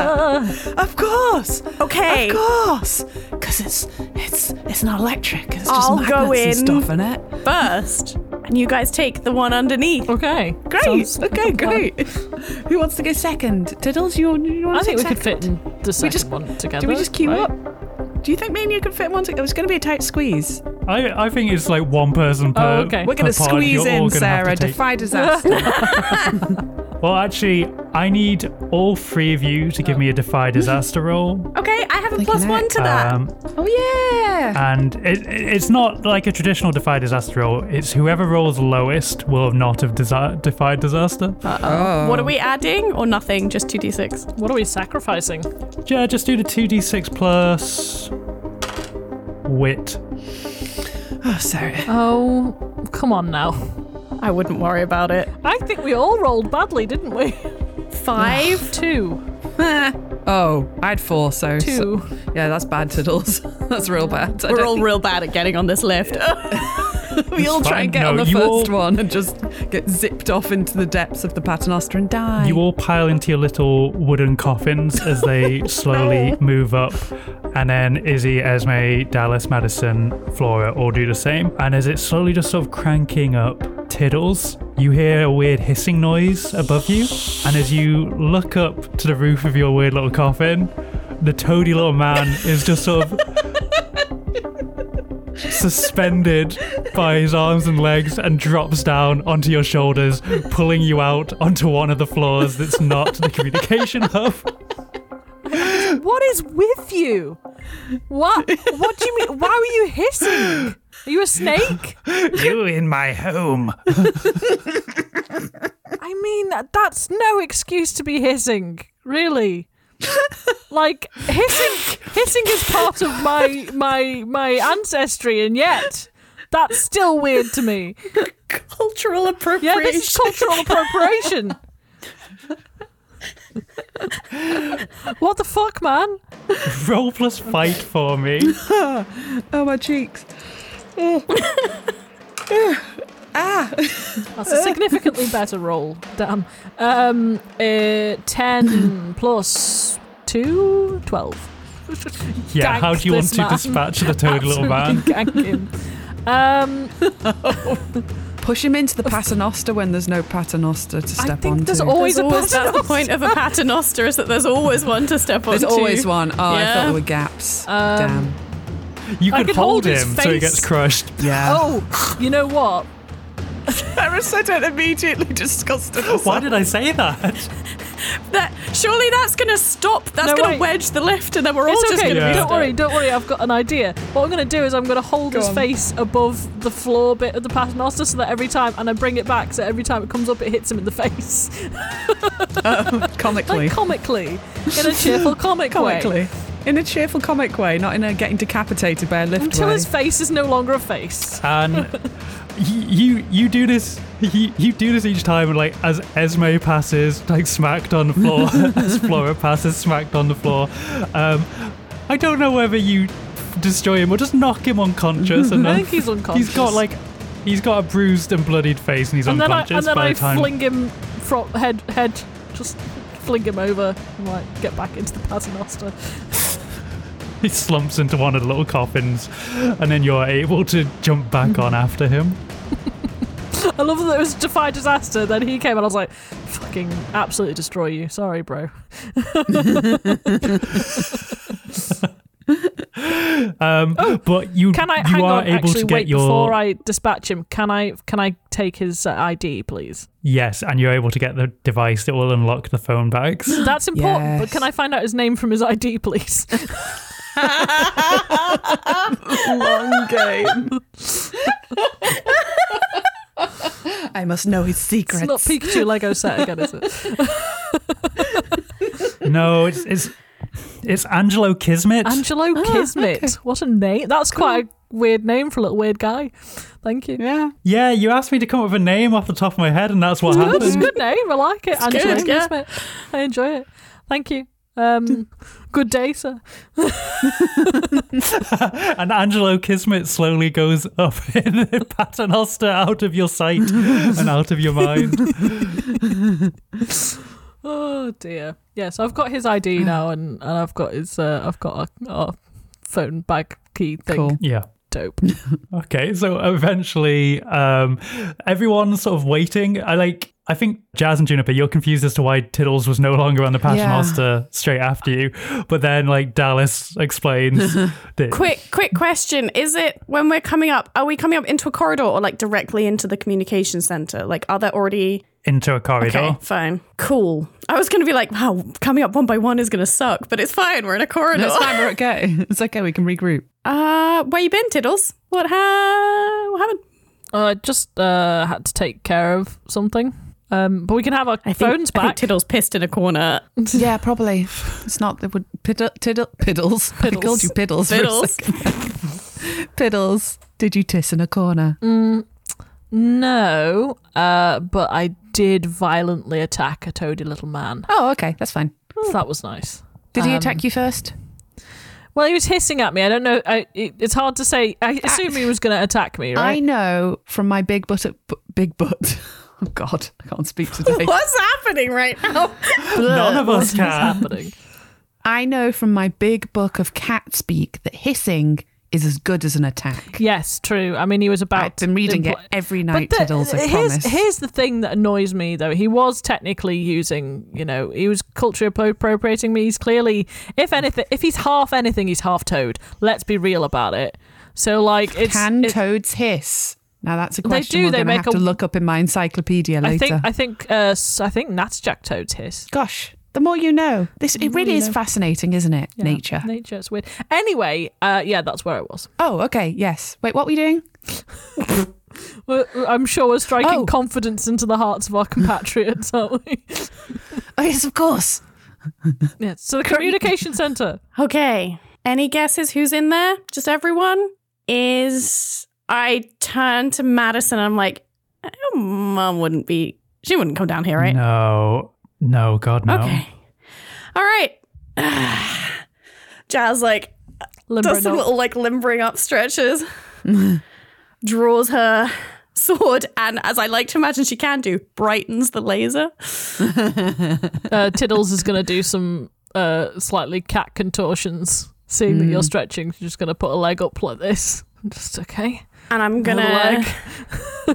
Speaker 3: Paternoster. Of course.
Speaker 2: Okay.
Speaker 3: Of course. Because it's it's it's not electric. It's just
Speaker 2: I'll
Speaker 3: magnets
Speaker 2: go
Speaker 3: and
Speaker 2: in.
Speaker 3: stuff in it.
Speaker 2: First, and you guys take the one underneath.
Speaker 4: Okay,
Speaker 3: Great.
Speaker 4: sounds like
Speaker 3: okay,
Speaker 4: a plan.
Speaker 3: great. [LAUGHS] Who wants to go second? Tiddles, you, you want
Speaker 4: I
Speaker 3: to
Speaker 4: think we
Speaker 3: take
Speaker 4: could
Speaker 3: second?
Speaker 4: fit in the second
Speaker 3: just-
Speaker 4: one together.
Speaker 3: Do we just queue
Speaker 4: right?
Speaker 3: up? Do you think me and you could fit one together? It's going to be a tight squeeze.
Speaker 1: I, I think it's like one person per.
Speaker 4: Oh, okay.
Speaker 1: per
Speaker 4: We're
Speaker 3: We're going to
Speaker 1: pod. You're
Speaker 4: [LAUGHS]
Speaker 3: squeeze
Speaker 1: all
Speaker 3: in,
Speaker 1: gonna have to
Speaker 3: Sarah.
Speaker 1: take-
Speaker 3: Defy disaster.
Speaker 1: Well, actually, I need all three of you to give me a defy disaster roll.
Speaker 2: Okay, I have a
Speaker 3: Like
Speaker 2: plus
Speaker 3: an
Speaker 2: one to that.
Speaker 1: Um,
Speaker 3: Oh yeah.
Speaker 1: and it, it- it's not like a traditional defy disaster roll. It's whoever rolls lowest will have not have desi- defied disaster.
Speaker 3: oh.
Speaker 2: What are we adding or nothing? Just 2d6.
Speaker 4: What are we sacrificing?
Speaker 1: Yeah, just do the 2d6 plus wit.
Speaker 3: Oh, sorry. [LAUGHS]
Speaker 4: Oh, come on now.
Speaker 2: I wouldn't worry about it.
Speaker 4: I think we all rolled badly, didn't we?
Speaker 2: Five.
Speaker 4: [LAUGHS] Two.
Speaker 3: Oh, I had four, so, so-
Speaker 4: Two.
Speaker 3: yeah, that's bad tiddles. [LAUGHS] that's real bad. I
Speaker 2: We're
Speaker 3: don't
Speaker 2: all
Speaker 3: think-
Speaker 2: real bad at getting on this [LAUGHS] lift.
Speaker 3: we all try
Speaker 1: fine.
Speaker 3: and get
Speaker 1: No,
Speaker 3: on the
Speaker 1: you
Speaker 3: first
Speaker 1: all-
Speaker 3: one and just get zipped off into the depths of the paternoster and die.
Speaker 1: You all pile into your little wooden coffins as they slowly move up. And then Izzy, Esme, Dallas, Madison, Flora all do the same. And as it's slowly just sort of cranking up, Tiddles, you hear a weird hissing noise above you. And as you look up to the roof of your weird little coffin, the toady little man is just sort of suspended by his arms and legs and drops down onto your shoulders, pulling you out onto one of the floors that's not the communication hub.
Speaker 4: What is with you? What? What do you mean? Why were you hissing? Are you a snake?
Speaker 1: You in my home.
Speaker 4: I mean, that- that's no excuse to be hissing, really. like hissing, hissing is part of my my my ancestry, and yet that's still weird to me.
Speaker 2: Cultural
Speaker 4: Yeah,
Speaker 2: appropriation.
Speaker 4: this is cultural appropriation. what the fuck, man?
Speaker 1: Roll plus fight for me.
Speaker 3: oh my cheeks.
Speaker 4: That's a significantly better roll. Damn. Um, uh, 10 plus 2, 12.
Speaker 1: Yeah,
Speaker 4: Gank
Speaker 1: how do you want
Speaker 4: this
Speaker 1: to
Speaker 4: man.
Speaker 1: dispatch
Speaker 4: [LAUGHS]
Speaker 1: the toad little man?
Speaker 4: Absolutely [LAUGHS] gank him. Um,
Speaker 3: Push him into the paternoster when there's no paternoster to step
Speaker 4: I think
Speaker 3: onto.
Speaker 4: there's always
Speaker 2: There's
Speaker 4: a
Speaker 2: always that's
Speaker 4: pattern.
Speaker 2: the point of a paternoster is that there's always one to step on.
Speaker 3: There's always one. Oh, I thought
Speaker 2: Yeah.
Speaker 3: there were gaps.
Speaker 4: Um,
Speaker 1: You
Speaker 4: I
Speaker 1: could
Speaker 4: could
Speaker 1: hold
Speaker 4: hold his
Speaker 1: him so he
Speaker 4: face.
Speaker 1: gets crushed.
Speaker 3: Damn. Yeah.
Speaker 4: Oh, you know what?
Speaker 3: I said it immediately disgusted. us.
Speaker 1: Why did I say that?
Speaker 2: That surely that's gonna stop. That's
Speaker 4: No,
Speaker 2: gonna
Speaker 4: wait.
Speaker 2: wedge the lift, and then we're all
Speaker 4: it's
Speaker 2: just
Speaker 4: okay.
Speaker 2: gonna
Speaker 1: Yeah.
Speaker 2: be.
Speaker 4: Don't worry, don't worry. I've got an idea. What I'm going to do is I'm going to hold
Speaker 3: Go
Speaker 4: his
Speaker 3: on.
Speaker 4: face above the floor bit of the paternoster so that every time, and I bring it back so every time it comes up, it hits him in the [LAUGHS] face.
Speaker 3: Uh, Comically.
Speaker 4: Like comically, in a
Speaker 1: [LAUGHS]
Speaker 4: cheerful comic way.
Speaker 3: comically. In a cheerful comic way, not in a getting decapitated by a lift
Speaker 4: Until
Speaker 3: way. [LAUGHS]
Speaker 4: his face is no longer a face.
Speaker 1: And y- you you do this you, you do this each time and like as Esme passes like smacked on the
Speaker 4: [LAUGHS]
Speaker 1: floor as Flora passes smacked on the floor um I don't know whether you f- destroy him or just knock him
Speaker 4: [LAUGHS]
Speaker 1: unconscious and
Speaker 4: I
Speaker 1: then
Speaker 4: think he's unconscious.
Speaker 1: he's got like he's got a bruised and bloodied face and he's
Speaker 4: and then I,
Speaker 1: unconscious
Speaker 4: and then
Speaker 1: by
Speaker 4: I
Speaker 1: the time
Speaker 4: fling him from head head, just fling him over and like get back into the paternoster.
Speaker 1: [LAUGHS] he slumps into one of the little coffins and then you're able to jump back
Speaker 4: [LAUGHS]
Speaker 1: on after him
Speaker 4: I love that it was defy disaster. Then he came and I was like, fucking absolutely destroy you. Sorry, bro.
Speaker 1: um but you
Speaker 4: Oh, Can I
Speaker 1: you
Speaker 4: hang
Speaker 1: are
Speaker 4: on?
Speaker 1: able
Speaker 4: Actually,
Speaker 1: to get
Speaker 4: wait
Speaker 1: your
Speaker 4: before I dispatch him. Can I can I take his uh, ID, please?
Speaker 1: Yes, and you're able to get the device that will unlock the phone bags.
Speaker 4: [LAUGHS] That's important. But
Speaker 3: Yes.
Speaker 4: can I find out his name from his
Speaker 2: [LAUGHS]
Speaker 4: ID, please?
Speaker 3: long game. I must know his
Speaker 4: it's
Speaker 3: secrets.
Speaker 4: not Pikachu Lego set again, is
Speaker 1: [LAUGHS]
Speaker 4: it?
Speaker 1: no, it's it's it's Angelo Kismet.
Speaker 2: Ah,
Speaker 4: Angelo Kismet. What a name. That's quite a weird name for a little weird guy. Thank you.
Speaker 3: yeah.
Speaker 1: yeah, you asked me to come up with a name off the top of my head, and that's what
Speaker 4: Good, it's a
Speaker 1: happened. [LAUGHS]
Speaker 4: good name. I like it.
Speaker 2: good,
Speaker 4: Angelo
Speaker 2: yeah.
Speaker 4: Kismet. I enjoy it. Thank you. Um, good day, sir.
Speaker 1: and Angelo Kismet slowly goes up [LAUGHS] in the paternoster out of your sight and out of your mind.
Speaker 4: Oh dear. Yeah, so I've got
Speaker 3: [SIGHS]
Speaker 4: his ID now, and, and I've got his uh, I've got a, a phone bag key thing.
Speaker 1: [LAUGHS]
Speaker 3: Cool.
Speaker 1: Yeah.
Speaker 4: dope.
Speaker 1: Okay, so eventually, um, everyone's sort of waiting. I like. I think Jazz and Juniper, you're confused as to why Tiddles was no longer on the Patch
Speaker 3: Yeah.
Speaker 1: Master straight after you, but then like Dallas explains that
Speaker 2: Quick, quick question: Is it when we're coming up? Are we coming up into a corridor or like directly into the communication center? Like, are there already?
Speaker 1: into a corridor.
Speaker 2: Okay, fine, cool. I was gonna be like, wow, coming up one by one is gonna suck, but it's fine. We're in a corridor.
Speaker 3: That's fine. We're okay. It's okay. We can regroup.
Speaker 2: [LAUGHS] Uh, where you been, Tiddles? What, ha- what happened?
Speaker 4: I just uh, had to take care of something. Um, but we can have our phones
Speaker 2: I
Speaker 4: back.
Speaker 2: think Tiddles pissed in a corner.
Speaker 3: Yeah, probably. It's not. It would piddle, tiddle, piddles. I called you piddles. [LAUGHS] for a
Speaker 2: Tiddles.
Speaker 3: second. piddles. Did you tiss in a corner?
Speaker 4: Mm, no, uh, but I did violently attack a toady little man.
Speaker 3: Oh, okay. That's fine.
Speaker 4: So that was nice.
Speaker 3: Did he
Speaker 4: Um,
Speaker 3: attack you first?
Speaker 4: Well, he was hissing at me. I don't know. I, it, it's hard to say. I
Speaker 3: Ah.
Speaker 4: assume he was going to attack me,
Speaker 3: I
Speaker 4: right?
Speaker 3: know from my big butt. bu- big butt. [LAUGHS] Oh God, I can't speak [LAUGHS] today.
Speaker 2: What's happening right now?
Speaker 3: [LAUGHS]
Speaker 1: None of us can.
Speaker 4: Happening.
Speaker 3: I know from my big book of cat speak that hissing is as good as an attack.
Speaker 4: Yes, true. I mean, he was about.
Speaker 3: I've been reading it
Speaker 4: impl-
Speaker 3: every night, Tiddles. I
Speaker 4: here's,
Speaker 3: promise.
Speaker 4: here's the thing that annoys me, though. He was technically using, you know, he was culture appro- appropriating me. He's clearly, if anything, if he's half anything, he's half toad. Let's be real about it. So, like, it's.
Speaker 3: Can
Speaker 4: it-
Speaker 3: toads hiss? Now that's a question
Speaker 4: do,
Speaker 3: we're
Speaker 4: they
Speaker 3: going to
Speaker 4: make
Speaker 3: have to
Speaker 4: a-
Speaker 3: look up in my encyclopedia later.
Speaker 4: I think, I think, uh, s- I think Natjack toads hiss.
Speaker 3: Gosh, the more you know. This it really is fascinating, isn't it?
Speaker 4: Yeah.
Speaker 3: Nature.
Speaker 4: Nature, it's weird. Anyway, uh, yeah, that's where it was.
Speaker 3: Oh, okay. Yes. Wait, what were we doing?
Speaker 4: We're- I'm sure we're striking
Speaker 3: Oh.
Speaker 4: confidence into the hearts of our compatriots,
Speaker 3: [LAUGHS]
Speaker 4: aren't we?
Speaker 3: Oh, yes, of course. [LAUGHS]
Speaker 4: yeah. So the communication centre.
Speaker 2: [LAUGHS] Okay. Any guesses who's in there? Just everyone? Is I turn to Madison and I'm like, "Eh, your mom wouldn't be she wouldn't come down here, right?
Speaker 1: No, no, God, no.
Speaker 2: Okay. All right. [SIGHS] Jazz like
Speaker 4: Limber
Speaker 2: does some little like limbering up [LAUGHS] stretches, draws her sword, and as I like to imagine she can do, brightens the laser.
Speaker 4: uh, Tiddles is going to do some uh, slightly cat contortions. Seeing that you're
Speaker 2: Hmm.
Speaker 4: stretching, she's just going to put a leg up like
Speaker 2: [LAUGHS]
Speaker 4: this. Just okay.
Speaker 2: And I'm
Speaker 4: Another
Speaker 2: gonna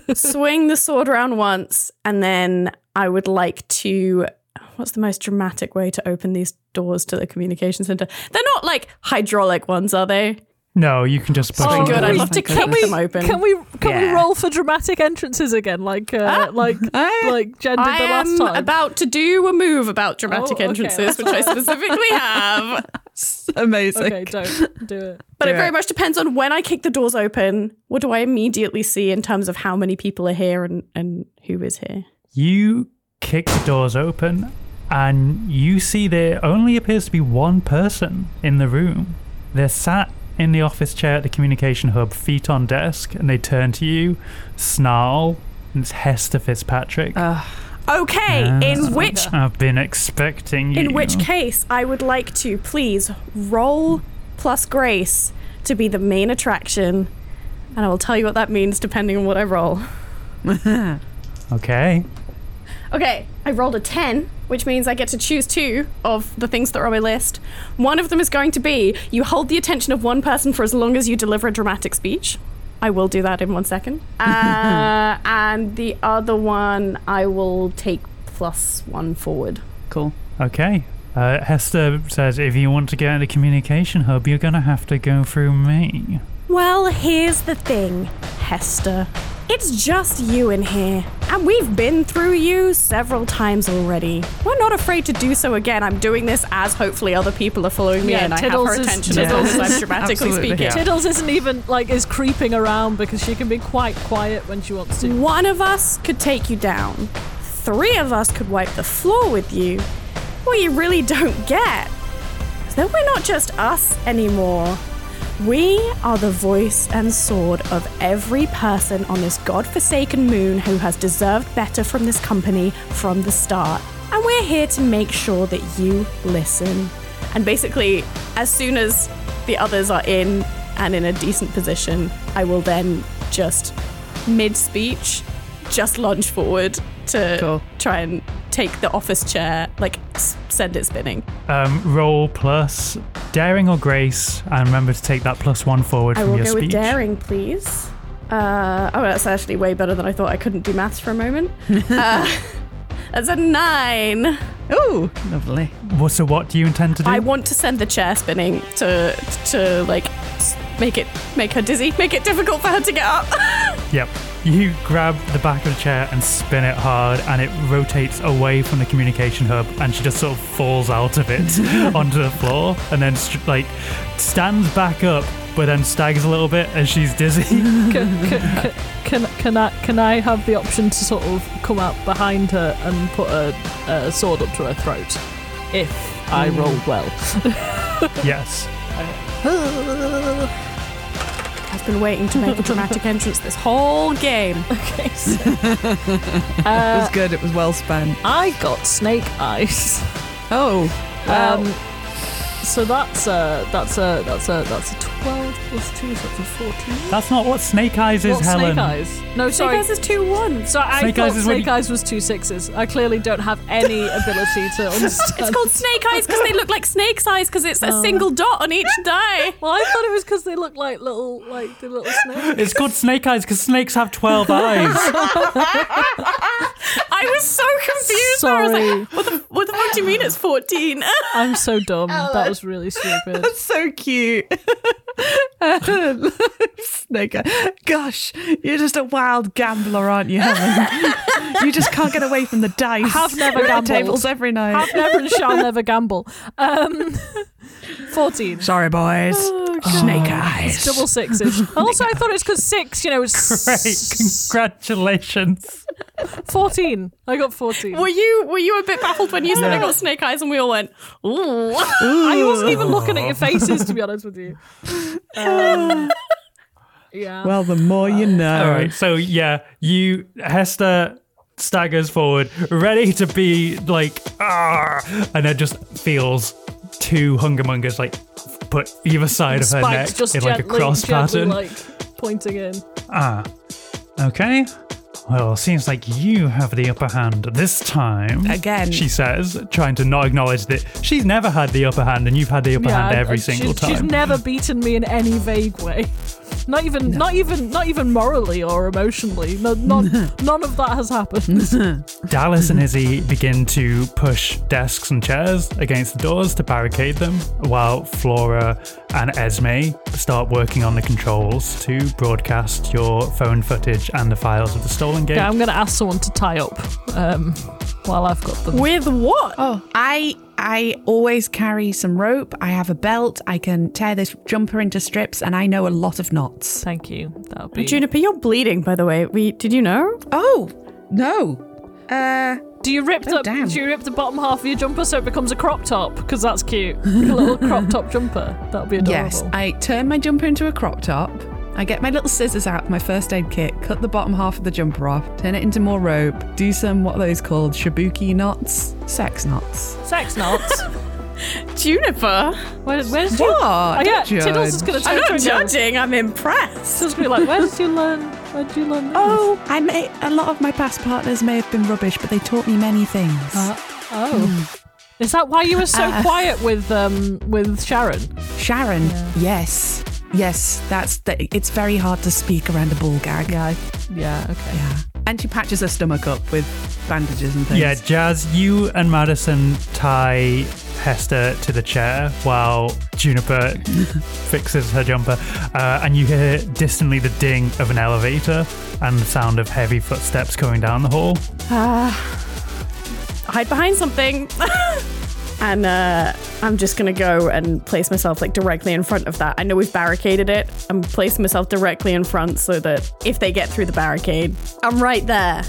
Speaker 4: leg. [LAUGHS]
Speaker 2: swing the sword around once, and then I would like to. What's the most dramatic way to open these doors to the communication center? They're not like hydraulic ones, are they?
Speaker 1: No, you can just push
Speaker 2: Oh,
Speaker 1: them.
Speaker 2: good. I'd love to
Speaker 3: Can
Speaker 2: kick
Speaker 3: we-
Speaker 2: them open.
Speaker 4: Can we can we
Speaker 3: Yeah.
Speaker 4: roll for dramatic entrances again, like uh, like like Jen did
Speaker 2: Ah, I
Speaker 4: the last
Speaker 2: am
Speaker 4: time?
Speaker 2: about to do a move about dramatic
Speaker 4: Oh, okay,
Speaker 2: entrances,
Speaker 4: that's
Speaker 2: which I
Speaker 4: [LAUGHS]
Speaker 2: specifically have.
Speaker 3: Amazing.
Speaker 4: okay,
Speaker 2: [LAUGHS]
Speaker 4: don't do it.
Speaker 2: But it
Speaker 3: Yeah.
Speaker 2: very much depends on when I kick the doors open. What do I immediately see in terms of how many people are here and, and who is here?
Speaker 1: You kick the doors open, and you see there only appears to be one person in the room. They're sat in the office chair at the communication hub, feet on desk, and they turn to you, snarl, and it's Hester Fitzpatrick.
Speaker 2: Okay, in which
Speaker 1: I've been expecting you.
Speaker 2: In which case, I would like to please roll plus grace to be the main attraction. And I will tell you what that means depending on what I roll.
Speaker 1: Okay.
Speaker 2: Okay, I rolled a 10, which means I get to choose two of the things that are on my list. One of them is going to be you hold the attention of one person for as long as you deliver a dramatic speech. I will do that in one [LAUGHS] second. Uh, and the other one, I will take plus one forward.
Speaker 3: Cool.
Speaker 1: Okay. Uh, Hester says, if you want to get in the communication hub, you're going to have to go through me.
Speaker 2: Well, here's the thing, Hester. It's just you in here, and we've been through you several times already. We're not afraid to do so again. I'm doing this as hopefully other people are following me
Speaker 4: Yeah,
Speaker 2: and
Speaker 4: Tiddles
Speaker 2: I have her
Speaker 4: is-
Speaker 2: attention as
Speaker 1: Yeah.
Speaker 2: long as I'm dramatically
Speaker 3: Absolutely.
Speaker 2: speaking.
Speaker 1: Yeah.
Speaker 4: Tiddles isn't even like is creeping around because she can be quite quiet when she wants to.
Speaker 2: One of us could take you down. Three of us could wipe the floor with you. What you really don't get is that we're not just us anymore. We are the voice and sword of every person on this godforsaken moon who has deserved better from this company from the start. And we're here to make sure that you listen. And basically, as soon as the others are in and in a decent position, I will then just mid speech, just lunge forward to
Speaker 3: Cool.
Speaker 2: try and take the office chair, like s- send it spinning.
Speaker 1: Um, roll plus daring or grace, and remember to take that plus one forward
Speaker 2: I
Speaker 1: from
Speaker 2: will
Speaker 1: your
Speaker 2: go
Speaker 1: speech.
Speaker 2: with daring, please. Uh, oh, that's actually way better than I thought. I couldn't do maths for a [LAUGHS] moment. uh, that's a nine.
Speaker 3: Ooh, lovely.
Speaker 1: Well, so what do you intend to do?
Speaker 2: I want to send the chair spinning to to like s- make it make her dizzy, make it difficult for her to get up. [LAUGHS]
Speaker 1: Yep. You grab the back of the chair and spin it hard, and it rotates away from the communication hub, and she just sort of falls out of
Speaker 2: [LAUGHS]
Speaker 1: it [LAUGHS] onto the floor, and then str like stands back up, but then staggers a little bit, and she's
Speaker 2: [LAUGHS]
Speaker 1: dizzy.
Speaker 4: can, can, can, can I can I have the option to sort of come out behind her and put a, a sword up to her throat if I
Speaker 2: Hmm.
Speaker 4: roll well? [LAUGHS]
Speaker 1: yes.
Speaker 2: I've been waiting to make a dramatic entrance this whole game.
Speaker 4: okay. so-
Speaker 3: It
Speaker 4: Uh,
Speaker 3: was good. It was well spent.
Speaker 4: [GASPS] I got snake eyes.
Speaker 3: Oh,
Speaker 4: Um, so that's a that's a that's a that's a twelve plus two, so that's a fourteen.
Speaker 1: That's not what Snake Eyes is,
Speaker 4: What's
Speaker 1: Helen.
Speaker 4: snake eyes? No,
Speaker 2: Snake
Speaker 4: sorry.
Speaker 2: Eyes is two one.
Speaker 4: so I
Speaker 1: Snake
Speaker 4: thought
Speaker 1: eyes is when
Speaker 4: snake
Speaker 1: you-
Speaker 4: eyes was two sixes. I clearly don't have
Speaker 2: [LAUGHS]
Speaker 4: any ability to understand.
Speaker 2: It's called snake eyes because they look like snake's eyes because it's a single dot on each [LAUGHS] die.
Speaker 4: Well, I thought it was because they look like little, like the little
Speaker 2: [LAUGHS]
Speaker 4: snakes.
Speaker 1: It's called Snake Eyes because snakes have
Speaker 4: [LAUGHS]
Speaker 1: 12 eyes.
Speaker 2: I was so confused. I was
Speaker 4: Sorry.
Speaker 2: like, what the, what the fuck do you mean it's [LAUGHS] 14?
Speaker 4: I'm so dumb. That was
Speaker 2: [LAUGHS]
Speaker 4: really stupid.
Speaker 3: so cute. [LAUGHS] Snake. eye. Gosh, you're just a wild gambler, aren't you, [LAUGHS] Helen? you just can't get away from the dice.
Speaker 4: Have never
Speaker 3: You're at the
Speaker 4: gambled.
Speaker 3: tables every night.
Speaker 4: Have never
Speaker 2: [LAUGHS]
Speaker 4: and shall never gamble. Um, [LAUGHS] 14.
Speaker 3: Sorry, boys. Oh, Snake eyes.
Speaker 4: Double sixes. Also, I thought it was because six, you know, was
Speaker 1: Great. Congratulations.
Speaker 4: 14. I got 14.
Speaker 2: were you were you a bit baffled when you said I got snake eyes and we all went, ooh.
Speaker 4: I wasn't even looking at your faces, to be honest with you. Um, yeah.
Speaker 3: Well, the more you know.
Speaker 1: All right. So yeah, you Hester staggers forward, ready to be like ah, and then just feels two hungermongers like put either side of her neck
Speaker 4: Spikes just
Speaker 1: in
Speaker 4: gently,
Speaker 1: like a cross
Speaker 4: gently,
Speaker 1: pattern.
Speaker 4: like pointing in.
Speaker 1: Ah, okay. Well, seems like you have the upper hand this time.
Speaker 3: Again.
Speaker 1: she says, trying to not acknowledge that she's never had the upper hand, and you've had the upper hand
Speaker 4: I-
Speaker 1: every
Speaker 4: I-
Speaker 1: single
Speaker 4: she's,
Speaker 1: time.
Speaker 4: She's never beaten me in any vague way. Not even, not even, not even morally or emotionally. No, none, none of that has happened.
Speaker 1: Dallas and Izzy begin to push desks and chairs against the doors to barricade them, while Flora and Esme start working on the controls to broadcast your phone footage and the files of the stolen game.
Speaker 4: Okay, I'm going to ask someone to tie up um, while I've got them.
Speaker 2: With what?
Speaker 3: Oh, I I always carry some rope. I have a belt. I can tear this jumper into strips, and I know a lot of knots.
Speaker 4: Thank you. That'll be.
Speaker 2: Juniper, you're bleeding, by the way. We did you know?
Speaker 3: Oh no. Uh,
Speaker 4: do you rip the
Speaker 3: damn.
Speaker 4: Do you rip the bottom half of your jumper so it becomes a crop top? Because that's cute. a little crop top jumper. That'll be adorable.
Speaker 3: yes. I turn my jumper into a crop top. I get my little scissors out, my first aid kit, cut the bottom half of the jumper off, turn it into more rope, do some what are those called shibuki knots, sex knots.
Speaker 4: Sex knots.
Speaker 2: Juniper.
Speaker 4: Where, where's
Speaker 3: What?
Speaker 4: your? I yeah,
Speaker 3: Don't
Speaker 4: Tiddles is
Speaker 3: judge.
Speaker 4: going to
Speaker 2: I'm
Speaker 4: turn
Speaker 2: not
Speaker 4: to me.
Speaker 2: judging, I'm impressed.
Speaker 4: Tiddles will be like, where did you learn? Where did you learn? This?
Speaker 3: Oh, I may, a lot of my past partners may have been rubbish, but they taught me many things.
Speaker 4: Uh, oh. Is that why you were so
Speaker 3: Uh,
Speaker 4: quiet with um with Sharon?
Speaker 3: Sharon, yes, yes, that's the, it's very hard to speak around a ball gag. Yeah,
Speaker 4: Yeah. Okay.
Speaker 3: yeah. And she patches her stomach up with bandages and things.
Speaker 1: Yeah, Jazz, you and Madison tie Hester to the chair while Juniper [LAUGHS] fixes her jumper, uh, and you hear distantly the ding of an elevator and the sound of heavy footsteps coming down the hall.
Speaker 2: Hide behind [LAUGHS] something. and uh, I'm just gonna go and place myself like directly in front of that. I know we've barricaded it. I'm placing myself directly in front so that if they get through the barricade, I'm right there.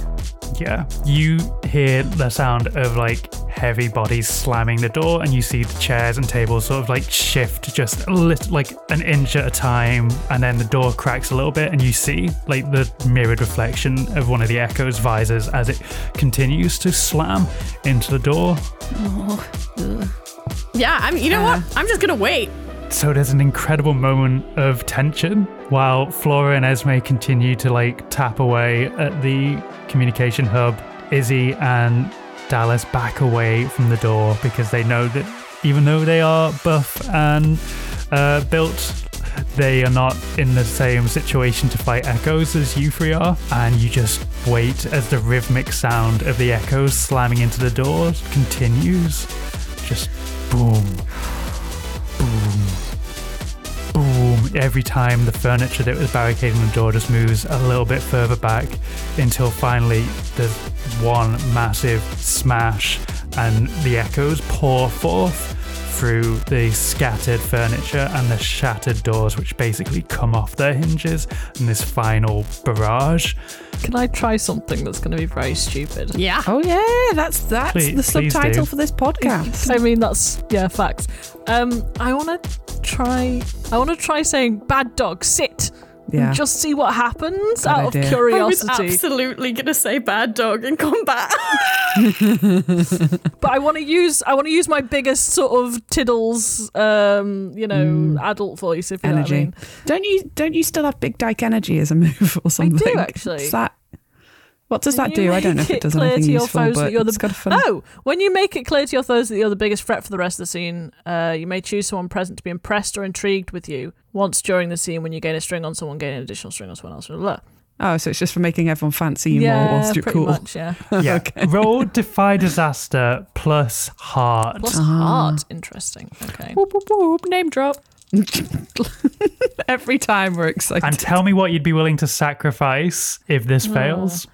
Speaker 1: Yeah. You hear the sound of like heavy bodies slamming the door, and you see the chairs and tables sort of like shift just a little, like an inch at a time. And then the door cracks a little bit, and you see like the mirrored reflection of one of the Echo's visors as it continues to slam into the door.
Speaker 2: Yeah, I'm you know what? I'm just gonna wait.
Speaker 1: So there's an incredible moment of tension while Flora and Esme continue to like tap away at the communication hub. Izzy and Dallas back away from the door because they know that even though they are buff and uh, built, they are not in the same situation to fight echoes as you three are. And you just wait as the rhythmic sound of the echoes slamming into the doors continues. Just boom, boom, boom. Every time the furniture that was barricading the door just moves a little bit further back until finally there's one massive smash and the echoes pour forth through the scattered furniture and the shattered doors, which basically come off their hinges in this final barrage.
Speaker 4: Can I try something that's going to be very stupid? [LAUGHS]
Speaker 2: Yeah.
Speaker 3: Oh yeah, that's that's
Speaker 1: Please-
Speaker 3: the
Speaker 1: please
Speaker 3: subtitle
Speaker 1: do.
Speaker 3: for this podcast.
Speaker 4: I mean, that's yeah, facts. Um, I want to try. I want to try saying "bad dog, sit."
Speaker 3: Yeah.
Speaker 4: And just see what happens
Speaker 3: Good
Speaker 4: out of
Speaker 3: idea.
Speaker 2: I was
Speaker 4: curiosity.
Speaker 2: absolutely gonna say bad dog in combat.
Speaker 4: but I want to use. I want to use my biggest sort of tiddles. Um, you know, adult voice. If you
Speaker 3: Hmm. energy.
Speaker 4: know
Speaker 3: Don't you don't you still have big dyke energy as a [LAUGHS] move or something?
Speaker 4: actually.
Speaker 3: Is that what does
Speaker 4: what I mean.
Speaker 3: that do? I don't know if
Speaker 4: Make
Speaker 3: it does
Speaker 4: clear
Speaker 3: anything
Speaker 4: to your
Speaker 3: useful,
Speaker 4: foes that
Speaker 3: but
Speaker 4: you're the-
Speaker 3: it's got a fun.
Speaker 4: Oh, when you make it clear to your foes that you're the biggest threat for the rest of the scene, uh, you may choose someone present to be impressed or intrigued with you. Once during the scene, when you gain a string on someone, gain an additional string on someone else. Blah, blah, blah.
Speaker 3: Oh, so it's just for making everyone fancy you
Speaker 4: Ah! yeah,
Speaker 3: more whilst you're
Speaker 4: pretty
Speaker 3: cool.
Speaker 4: much. Yeah.
Speaker 1: [LAUGHS] Yeah. Roll defy disaster plus heart.
Speaker 4: Plus
Speaker 3: Ah.
Speaker 4: heart. Interesting. Okay.
Speaker 3: Whoop, whoop, whoop, name drop. [LAUGHS] Every time we're excited.
Speaker 1: And tell me what you'd be willing to sacrifice if this fails.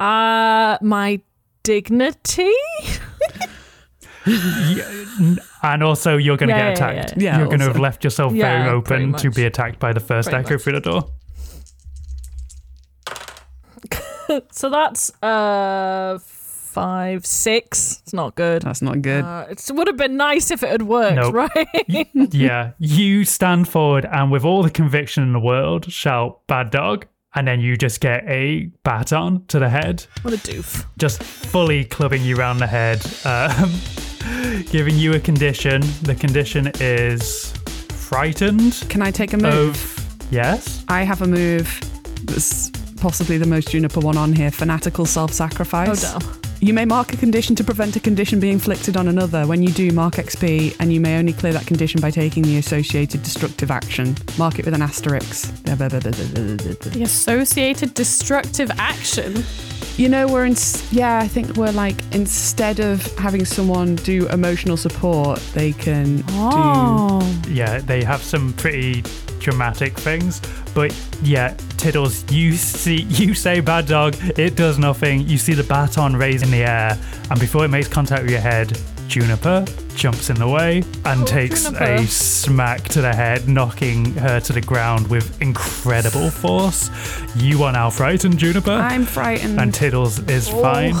Speaker 4: Uh my dignity.
Speaker 1: And also, you're going to
Speaker 4: Yeah,
Speaker 1: get
Speaker 4: yeah,
Speaker 1: attacked.
Speaker 3: yeah. Yeah,
Speaker 1: you're going to have
Speaker 3: also.
Speaker 1: left yourself
Speaker 4: Yeah,
Speaker 1: very
Speaker 4: pretty
Speaker 1: open to
Speaker 4: much.
Speaker 1: be attacked by the first
Speaker 4: Pretty
Speaker 1: echo
Speaker 4: much.
Speaker 1: through the door. [LAUGHS]
Speaker 4: So that's uh five, six. It's not good.
Speaker 3: That's not good.
Speaker 4: Uh, it would have been nice if it had worked,
Speaker 1: Nope.
Speaker 4: right? [LAUGHS]
Speaker 1: yeah, you stand forward and with all the conviction in the world shout bad dog and then you just get a baton to the head,
Speaker 4: what a doof.
Speaker 1: just fully clubbing you round the head, um, [LAUGHS] giving you a condition. The condition is frightened
Speaker 3: Can I take a move?
Speaker 1: of yes.
Speaker 3: I have a move that's possibly the most juniper one on here fanatical self
Speaker 4: Oh
Speaker 3: sacrifice.
Speaker 4: damn.
Speaker 3: You may mark a condition to prevent a condition being inflicted on another. When you do, mark XP, and you may only clear that condition by taking the associated destructive action. Mark it with an asterisk.
Speaker 2: the associated destructive action.
Speaker 3: You know, we're in. Yeah, I think we're like, instead of having someone do emotional support, they can Oh,
Speaker 1: Yeah, they have some pretty dramatic things, but yeah, Tiddles, you see, [LAUGHS] you say bad dog, it does nothing. You see the baton raise in the air, and before it makes contact with your head, Juniper jumps in the way and takes a
Speaker 4: Juniper.
Speaker 1: smack to the head, knocking her to the ground with incredible force. You are now frightened, Juniper,
Speaker 3: do. I'm frightened.
Speaker 1: and Tiddles is fine.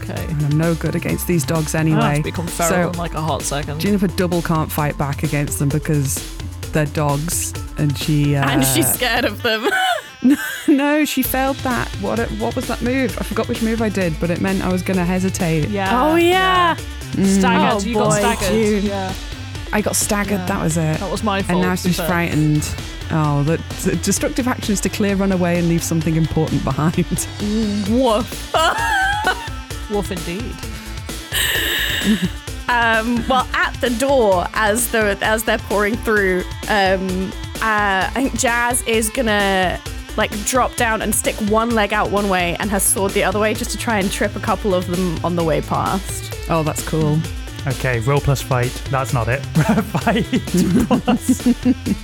Speaker 4: Okay.
Speaker 3: And I'm no good against these dogs
Speaker 4: I have
Speaker 3: anyway.
Speaker 4: to become feral
Speaker 3: So-
Speaker 4: in like a hot second.
Speaker 3: Juniper double can't fight back against them because they're dogs, and she uh,
Speaker 2: and she's scared of
Speaker 4: [LAUGHS]
Speaker 2: them.
Speaker 3: [LAUGHS] no, she failed that. What what was that move? I forgot which move I did, but it meant I was gonna hesitate.
Speaker 4: Oh, yeah.
Speaker 2: Oh, yeah.
Speaker 3: Mm.
Speaker 4: Staggered.
Speaker 2: Oh,
Speaker 4: you got
Speaker 2: boy,
Speaker 4: staggered.
Speaker 2: June.
Speaker 4: Yeah.
Speaker 3: I got staggered.
Speaker 4: Yeah.
Speaker 3: That was it.
Speaker 4: That was my fault.
Speaker 3: and now
Speaker 4: to be
Speaker 3: she's
Speaker 4: fair.
Speaker 3: frightened. Oh, the, the destructive action is to clear, run away, and leave something important behind. [LAUGHS]
Speaker 2: Woof.
Speaker 4: Wolf indeed.
Speaker 2: [LAUGHS] um, well, at the door as the as they're pouring through, um, uh, I think Jazz is gonna like drop down and stick one leg out one way and her sword the other way just to try and trip a couple of them on the way past.
Speaker 3: Oh, that's cool.
Speaker 1: Okay, roll plus fight. That's not it. [LAUGHS] fight plus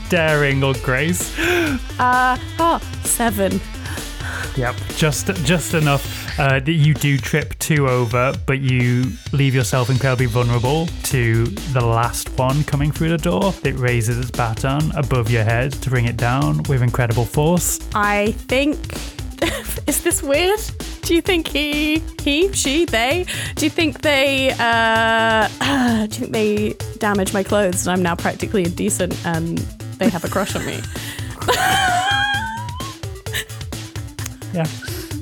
Speaker 1: daring or grace.
Speaker 2: Uh, oh, seven.
Speaker 1: Yep, just just enough uh, that you do trip two over, but you leave yourself incredibly vulnerable to the last one coming through the door. It raises its baton above your head to bring it down with incredible force.
Speaker 2: I think. [LAUGHS] is this weird? Do you think he, he, she, they? Do you think they? Uh, [SIGHS] do you think they damage my clothes and I'm now practically indecent and they have a crush on me? [LAUGHS]
Speaker 1: Yeah,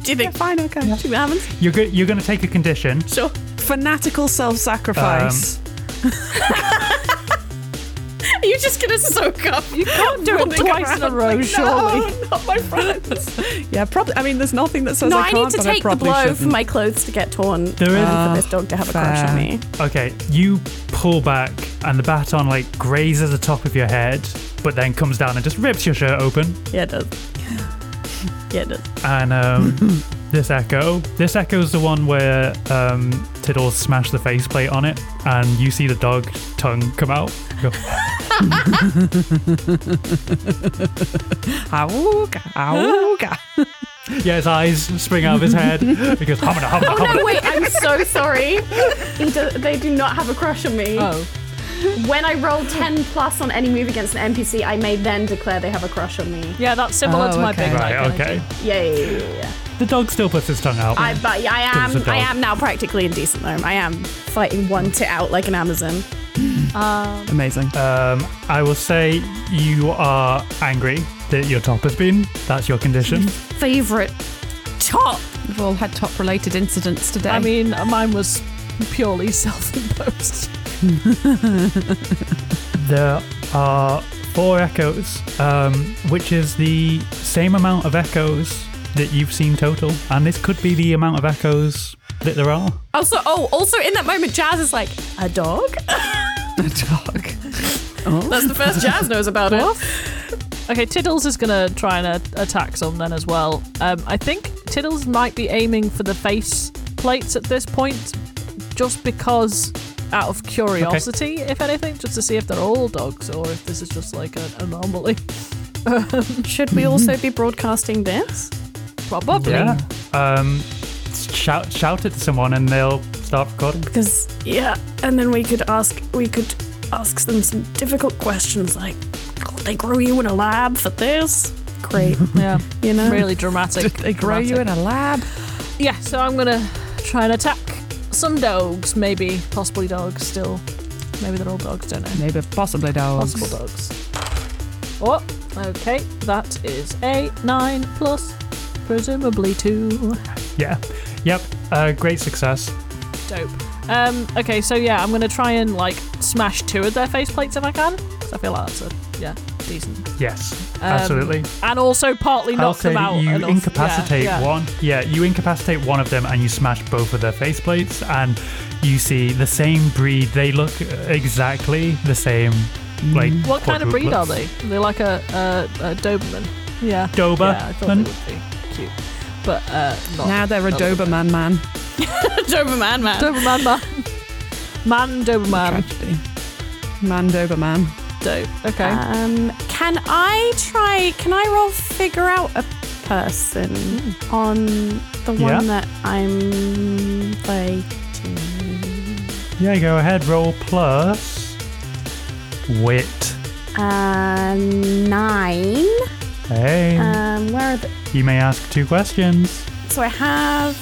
Speaker 2: Do you think? [LAUGHS]
Speaker 3: Fine, okay.
Speaker 2: Do you haven't?
Speaker 1: you're go- you're going to take a condition.
Speaker 2: Sure.
Speaker 3: Fanatical self-sacrifice.
Speaker 2: Are you you just gonna soak up?
Speaker 4: You can't do it twice
Speaker 3: [LAUGHS]
Speaker 4: in a row, surely.
Speaker 2: No, [LAUGHS] not my friends.
Speaker 3: Yeah, probably. I mean, there's nothing that says
Speaker 2: no,
Speaker 3: I
Speaker 2: I
Speaker 3: can't,
Speaker 2: need to
Speaker 3: but I
Speaker 2: take the
Speaker 3: probably
Speaker 2: blow for
Speaker 3: shouldn't.
Speaker 2: my clothes to get torn.
Speaker 1: There is-
Speaker 2: and for this dog to have a crush on
Speaker 3: fair.
Speaker 2: me.
Speaker 1: Okay, you pull back and the baton like grazes the top of your head, but then comes down and just rips your shirt open.
Speaker 2: Yeah, it does. Yeah, it does.
Speaker 1: And um, this echo, this echo is the one where um, Tiddles smashed the faceplate on it, and you see the dog tongue come out. You go,
Speaker 3: Auga, auga.
Speaker 1: yeah, his eyes spring out of his head. He goes, "Hamana, hamana, hamana."
Speaker 2: Oh, No, wait, I'm so sorry. He do- they do not have a crush on me.
Speaker 4: Oh,
Speaker 2: When I rolled 10 plus on any move against an NPC, I may then declare they have a crush on me.
Speaker 4: yeah, that's similar
Speaker 3: Oh,
Speaker 4: to my
Speaker 3: okay.
Speaker 4: big
Speaker 1: Right,
Speaker 4: leg
Speaker 1: okay.
Speaker 4: idea.
Speaker 2: Yeah, yeah, yeah, yeah, yeah.
Speaker 1: The dog still puts his tongue out.
Speaker 2: I, but yeah, I
Speaker 1: Because it's
Speaker 2: am,
Speaker 1: a
Speaker 2: I
Speaker 1: dog.
Speaker 2: am now practically indecent though. I am fighting one tit out like an Amazon.
Speaker 4: Um,
Speaker 3: Amazing.
Speaker 1: um, I will say you are angry that your top has been. That's your condition.
Speaker 2: Favorite top.
Speaker 3: We've all had top related incidents today.
Speaker 4: I mean, mine was purely [LAUGHS] self-imposed.
Speaker 1: There are four echoes, um, which is the same amount of echoes that you've seen total, and this could be the amount of echoes that there are.
Speaker 2: Also, oh, also in that moment, Jazz is like, a dog? [LAUGHS]
Speaker 3: a dog. [LAUGHS]
Speaker 2: That's the Oh. first Jazz knows about it.
Speaker 4: Okay, Tiddles is gonna try and uh, attack some then as well. Um, I think Tiddles might be aiming for the face plates at this point, just because out of curiosity, if anything, just to see if they're all dogs or if this is just like an anomaly.
Speaker 2: Should we also be broadcasting this?
Speaker 4: Probably.
Speaker 1: Um, shout shout it to someone, and they'll start recording.
Speaker 2: Because yeah, and then we could ask we could ask them some difficult questions like, "God, they grow you in a lab for this? Great,
Speaker 4: [LAUGHS] Yeah.
Speaker 2: [LAUGHS] you know.
Speaker 4: Really dramatic.
Speaker 3: They grow you in a lab.
Speaker 4: Yeah, so I'm gonna try and attack some dogs, maybe. Possibly dogs still. Maybe they're all dogs, don't know.
Speaker 3: Maybe possibly dogs.
Speaker 4: Possible dogs. Oh, okay. That is a nine plus presumably two.
Speaker 1: Yeah, yep, uh, great success.
Speaker 4: Dope. Um, okay, so yeah, I'm gonna try and like smash two of their face plates if I can. 'cause I feel like that's a yeah, decent.
Speaker 1: Yes,
Speaker 4: Um,
Speaker 1: absolutely.
Speaker 4: And also partly
Speaker 1: I'll
Speaker 4: knock
Speaker 1: say
Speaker 4: them
Speaker 1: that
Speaker 4: out.
Speaker 1: you
Speaker 4: enough.
Speaker 1: incapacitate
Speaker 4: yeah, yeah.
Speaker 1: one. Yeah, you incapacitate one of them and you smash both of their faceplates, and you see the same breed. They look exactly the same.
Speaker 3: Mm.
Speaker 1: Like
Speaker 4: Mm-hmm. What kind of breed are
Speaker 1: quadruplets.
Speaker 4: they? Are they like a, a, a Doberman. Yeah.
Speaker 1: Doberman.
Speaker 4: Yeah, I thought they would be cute, but uh, not.
Speaker 3: Now they're a
Speaker 4: not like
Speaker 3: Doberman man.
Speaker 2: Doberman man.
Speaker 4: Doberman man. Man Doberman.
Speaker 3: Tragedy. Man Doberman.
Speaker 4: Dope. Okay.
Speaker 2: Um, can I try? Can I roll figure out a person on the
Speaker 1: Yeah.
Speaker 2: one that I'm fighting?
Speaker 1: Yeah, go ahead. Roll plus wit.
Speaker 2: Uh, nine.
Speaker 1: Hey,
Speaker 4: Uh,
Speaker 2: Um, where are the?
Speaker 1: you may ask two questions.
Speaker 2: So I have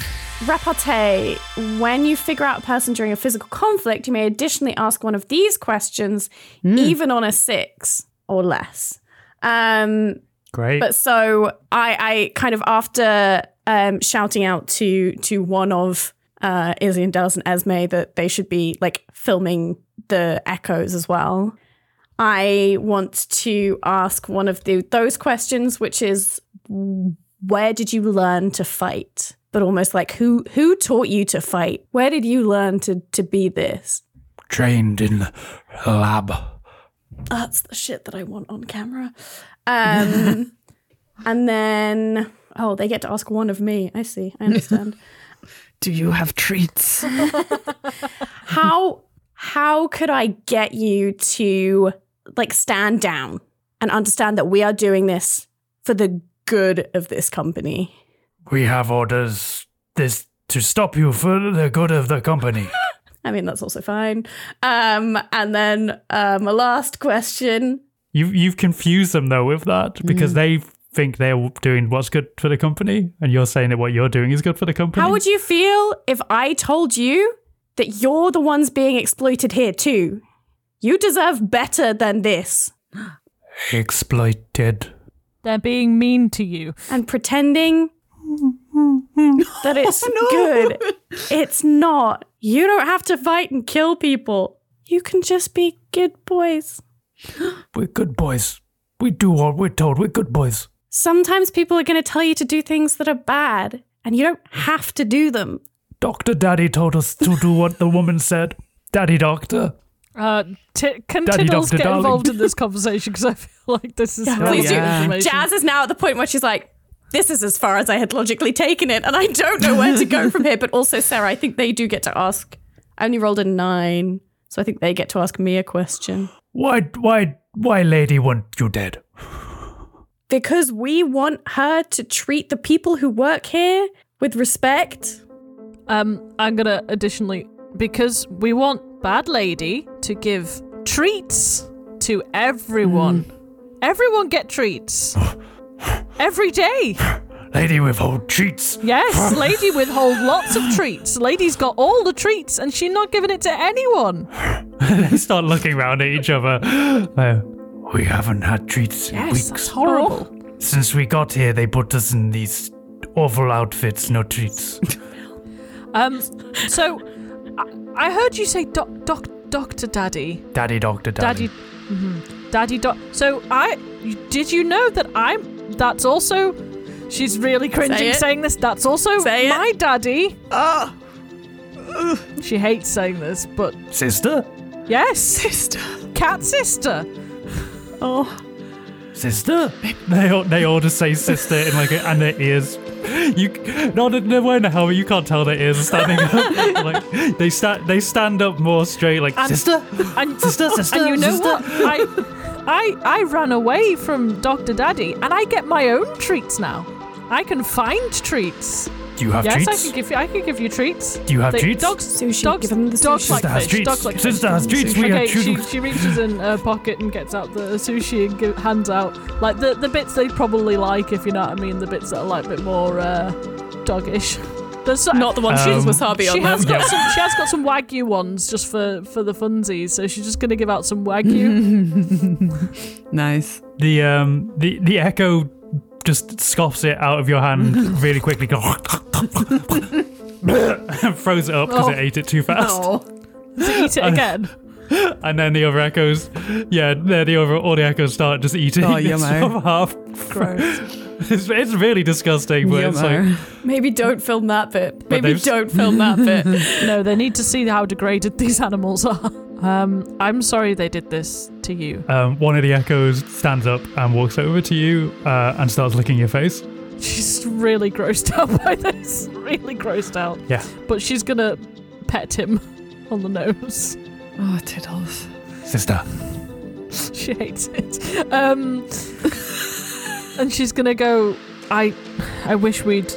Speaker 2: repartee. When you figure out a person during a physical conflict, you may additionally ask one of these questions, even on a six or less. Um,
Speaker 1: Great.
Speaker 2: but so I, I kind of after um, shouting out to to one of uh, Izzy and Dallas and Esme that they should be like filming the echoes as well. I want to ask one of the, those questions, which is where did you learn to fight? But almost like who who taught you to fight? Where did you learn to to be this?
Speaker 5: trained in the lab.
Speaker 2: that's the shit that I want on camera. Um, and then, oh, they get to ask one of me. I see. I understand.
Speaker 3: Do you have [LAUGHS] treats?
Speaker 2: how how could I get you to like stand down and understand that we are doing this for the good of this company?
Speaker 5: We have orders this to stop you for the good of the company.
Speaker 2: I mean, that's also fine. Um, and then uh, my last question.
Speaker 1: you [LAUGHS] you've confused them though with that
Speaker 2: Mm.
Speaker 1: because they think they're doing what's good for the company, and you're saying that what you're doing is good for the company.
Speaker 2: How would you feel if I told you that you're the ones being exploited here too? You deserve better than this.
Speaker 5: Exploited.
Speaker 4: They're being mean to you.
Speaker 2: and pretending that it's good. It's not. You don't have to fight and kill people. You can just be good boys.
Speaker 5: We're good boys. We do what we're told. We're good boys.
Speaker 2: Sometimes people are going to tell you to do things that are bad, and you don't have to do them.
Speaker 5: Doctor Daddy told us to do what the woman said. Daddy Doctor.
Speaker 4: Uh, t- can
Speaker 5: Daddy
Speaker 4: Tiddles
Speaker 5: Doctor
Speaker 4: get
Speaker 5: Darling.
Speaker 4: involved in
Speaker 5: [LAUGHS]
Speaker 4: this conversation? Because I feel like this is
Speaker 2: Yeah,
Speaker 4: valuable
Speaker 2: please do.
Speaker 3: yeah.
Speaker 4: information.
Speaker 2: Jazz is now at the point where she's like, this is as far as I had logically taken it, and I don't know where to go from here. But also, Sarah, I think they do get to ask. I only rolled a nine, so I think they get to ask me a question.
Speaker 5: Why, why, why, lady, want you dead?
Speaker 2: Because we want her to treat the people who work here with respect.
Speaker 4: Um, I'm gonna additionally because we want Bad Lady to give treats to everyone.
Speaker 5: Mm.
Speaker 4: Everyone get treats every day.
Speaker 5: Lady withhold treats.
Speaker 4: Yes, Lady withhold lots of treats. Lady's got all the treats, and she's not giving it to anyone.
Speaker 1: They start looking round at each other. Oh,
Speaker 5: We haven't had treats in
Speaker 4: Yes, that's
Speaker 5: weeks.
Speaker 4: horrible.
Speaker 5: Since we got here, they put us in these awful outfits. No
Speaker 4: [LAUGHS]
Speaker 5: treats.
Speaker 4: Um, so I, I heard you say doc, doc, Doctor Daddy,
Speaker 5: Daddy Doctor Daddy.
Speaker 4: Daddy, mhm, Daddy Doc. So I did you know that I'm? That's also. She's really cringing
Speaker 2: Say it.
Speaker 4: saying this. That's also
Speaker 2: Say it.
Speaker 4: my daddy. She hates saying this, but
Speaker 5: Sister?
Speaker 4: yes, sister, cat sister.
Speaker 5: Sister?
Speaker 1: they all, they all just say sister in like a, and their ears. You no no way in the hell you can't tell their ears are standing up. [LAUGHS] like they stand they stand up more straight like
Speaker 5: Sister?
Speaker 4: [LAUGHS] And,
Speaker 5: Sister, sister,
Speaker 4: and you know
Speaker 5: sister.
Speaker 4: what? I, I, I ran away from Doctor Daddy, and I get my own treats now. I can find treats.
Speaker 5: Do you have
Speaker 4: yes, I
Speaker 5: treats?
Speaker 4: can give you. I can give you treats.
Speaker 5: Do you have
Speaker 4: They-
Speaker 5: treats?
Speaker 4: Dogs,
Speaker 2: Sushi,
Speaker 4: dogs,
Speaker 2: give them the
Speaker 4: dogs
Speaker 2: sushi.
Speaker 4: like
Speaker 5: Sister has
Speaker 4: fish.
Speaker 5: treats.
Speaker 4: Dogs like
Speaker 5: Sister
Speaker 4: fish.
Speaker 5: has treats. We
Speaker 4: okay,
Speaker 5: have
Speaker 4: she,
Speaker 5: treats.
Speaker 4: she reaches in her pocket and gets out the sushi and give, hands out like the the bits they probably like, if you know what I mean. The bits that are like a bit more uh, doggish. There's so-
Speaker 2: Not the one she
Speaker 1: Um,
Speaker 2: was wasabi on
Speaker 4: she has
Speaker 2: them.
Speaker 4: got some. She has got some wagyu ones just for for the funsies. So she's just gonna give out
Speaker 2: [LAUGHS]
Speaker 4: some wagyu.
Speaker 3: Nice.
Speaker 1: the um the the echo just scoffs it out of your
Speaker 4: [LAUGHS]
Speaker 1: hand really quickly go [LAUGHS] and throws it up because it
Speaker 4: Oh.
Speaker 1: ate it too fast
Speaker 4: Eat
Speaker 2: [LAUGHS]
Speaker 4: it again.
Speaker 1: and then the other echoes yeah then the other all the echoes start just eating [LAUGHS]
Speaker 3: Oh,
Speaker 1: this
Speaker 3: yummo.
Speaker 1: sort of half it's, it's really disgusting but it's like
Speaker 2: [LAUGHS] Maybe don't film that bit. Maybe
Speaker 1: they've-
Speaker 2: don't film that bit.
Speaker 4: No, they need to see how degraded these animals are. Um, I'm sorry they did this to you.
Speaker 1: um, one of the echoes stands up and walks over to you uh, and starts licking your face
Speaker 4: She's really grossed out by this. Really grossed out.
Speaker 1: Yeah.
Speaker 4: But she's gonna pet him on the nose. [LAUGHS]
Speaker 3: Oh, tiddles.
Speaker 5: Sister.
Speaker 4: She hates it. Um, and she's gonna go. I, I wish we'd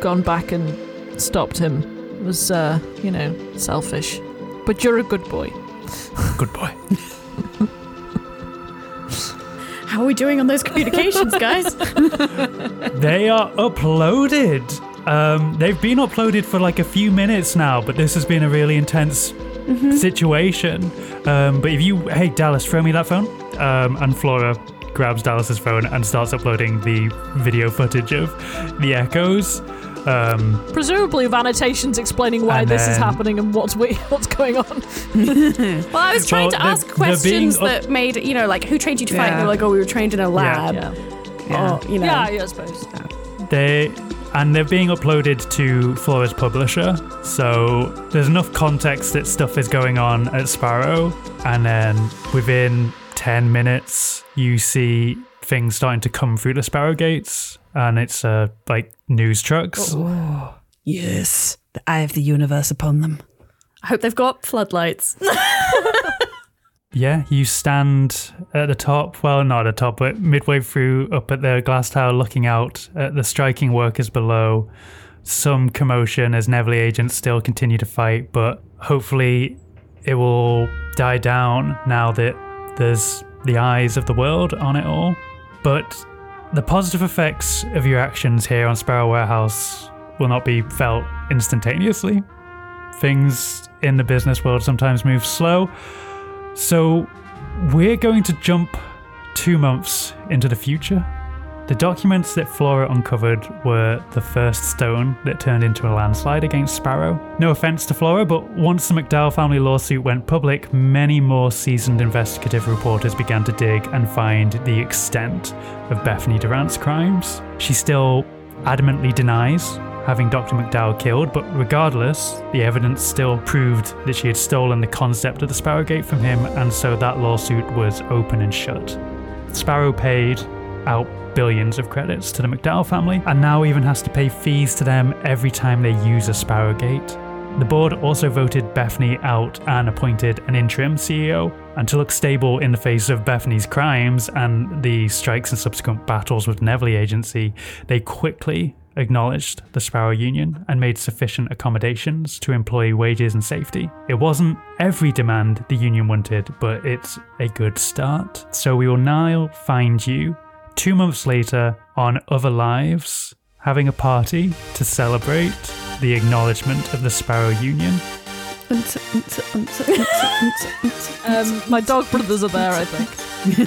Speaker 4: gone back and stopped him. It was, uh, you know, selfish. But you're a good boy.
Speaker 5: Good boy.
Speaker 2: How are we doing on those communications, guys?
Speaker 1: [LAUGHS] they are uploaded. Um, they've been uploaded for like a few minutes now, but this has been a really intense
Speaker 2: Mm-hmm.
Speaker 1: situation. Um, but if you, hey Dallas, throw me that phone. Um, and Flora grabs Dallas's phone and starts uploading the video footage of the echoes. Um,
Speaker 4: Presumably, with annotations explaining why
Speaker 1: And
Speaker 4: this is
Speaker 1: then-
Speaker 4: happening and what's we, [LAUGHS] what's going on.
Speaker 2: Well, I was trying
Speaker 1: Well,
Speaker 2: to
Speaker 1: they're-
Speaker 2: ask
Speaker 1: they're being
Speaker 2: questions
Speaker 1: up-
Speaker 2: that made, you know, like, who trained you to fight? And
Speaker 3: Yeah.
Speaker 2: they were like, oh, we were trained in a lab.
Speaker 4: Yeah,
Speaker 2: Or, you know.
Speaker 4: Oh, yeah, yeah, I suppose.
Speaker 1: they and they're being uploaded to Flora's publisher, so there's enough context that stuff is going on at Sparrow, and then within ten minutes you see things starting to come through the Sparrow gates, and it's uh, like news trucks.
Speaker 3: Yes. The eye of the universe upon them.
Speaker 2: I hope they've got floodlights. [LAUGHS]
Speaker 1: Yeah, you stand at the top, well, not at the top, but midway through up at the glass tower looking out at the striking workers below. Some commotion as Neville agents still continue to fight, but hopefully it will die down now that there's the eyes of the world on it all. But the positive effects of your actions here on Sparrow Warehouse will not be felt instantaneously. Things in the business world sometimes move slow. So we're going to jump two months into the future The documents that Flora uncovered were the first stone that turned into a landslide against Sparrow. No offense to Flora, but once the McDowell family lawsuit went public, many more seasoned investigative reporters began to dig and find the extent of Bethany Durant's crimes. She still adamantly denies having Dr. McDowell killed, but regardless, the evidence still proved that she had stolen the concept of the Sparrowgate from him, and so that lawsuit was open and shut. Sparrow paid out billions of credits to the McDowell family and now even has to pay fees to them every time they use a Sparrowgate. The board also voted Bethany out and appointed an interim CEO, and to look stable in the face of Bethany's crimes and the strikes and subsequent battles with Neville Agency, they quickly acknowledged the Sparrow Union and made sufficient accommodations to employee wages and safety. It wasn't every demand the union wanted, but it's a good start. So we will now find you two months later on Other Lives, having a party to celebrate the acknowledgement of the Sparrow Union.
Speaker 4: Um, my dog brothers are there, I think.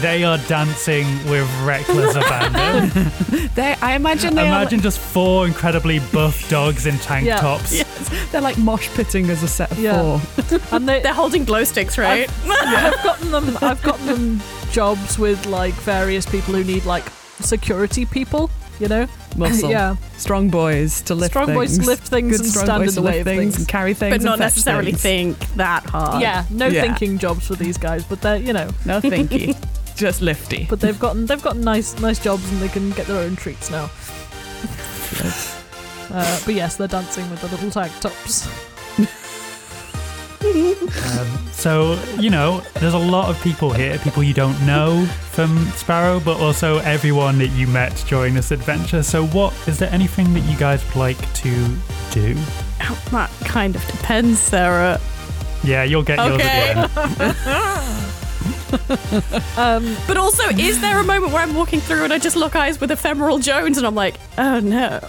Speaker 1: They are dancing with reckless abandon.
Speaker 3: They, I imagine they
Speaker 1: Imagine just four incredibly buff dogs in tank
Speaker 4: Yeah.
Speaker 1: tops.
Speaker 3: are, they're like mosh pitting as a set of
Speaker 4: Yeah.
Speaker 3: four.
Speaker 4: And they,
Speaker 2: They're holding glow sticks, right?
Speaker 4: I've gotten them. I've gotten them jobs with like various people who need like security people. You know,
Speaker 3: Muscle.
Speaker 4: yeah,
Speaker 3: Strong boys to lift
Speaker 4: strong
Speaker 3: things.
Speaker 4: boys to lift things
Speaker 3: Good
Speaker 4: and
Speaker 3: strong
Speaker 4: stand
Speaker 3: boys
Speaker 4: in the
Speaker 3: to lift
Speaker 4: way of
Speaker 3: things,
Speaker 4: things.
Speaker 3: and carry things,
Speaker 2: but not
Speaker 3: and fetch
Speaker 2: necessarily
Speaker 3: things.
Speaker 2: think that hard.
Speaker 4: Yeah, no
Speaker 3: Yeah.
Speaker 4: thinking jobs for these guys, but they're you know,
Speaker 3: No thinky, [LAUGHS] just lifty.
Speaker 4: but they've gotten they've gotten nice nice jobs and they can get their own
Speaker 3: [LAUGHS]
Speaker 4: treats now. Uh, but yes, they're dancing with the little tank tops.
Speaker 1: Um, So, you know, there's a lot of people here, people you don't know from Sparrow, but also everyone that you met during this adventure. So, what is there anything that you guys would like to do?
Speaker 2: That kind of depends, Sarah.
Speaker 1: Yeah, you'll get yours
Speaker 2: Okay.
Speaker 1: at the end.
Speaker 4: Um,
Speaker 2: But also, is there a moment where I'm walking through and I just lock eyes with Ephemeral Jones and I'm like, oh no.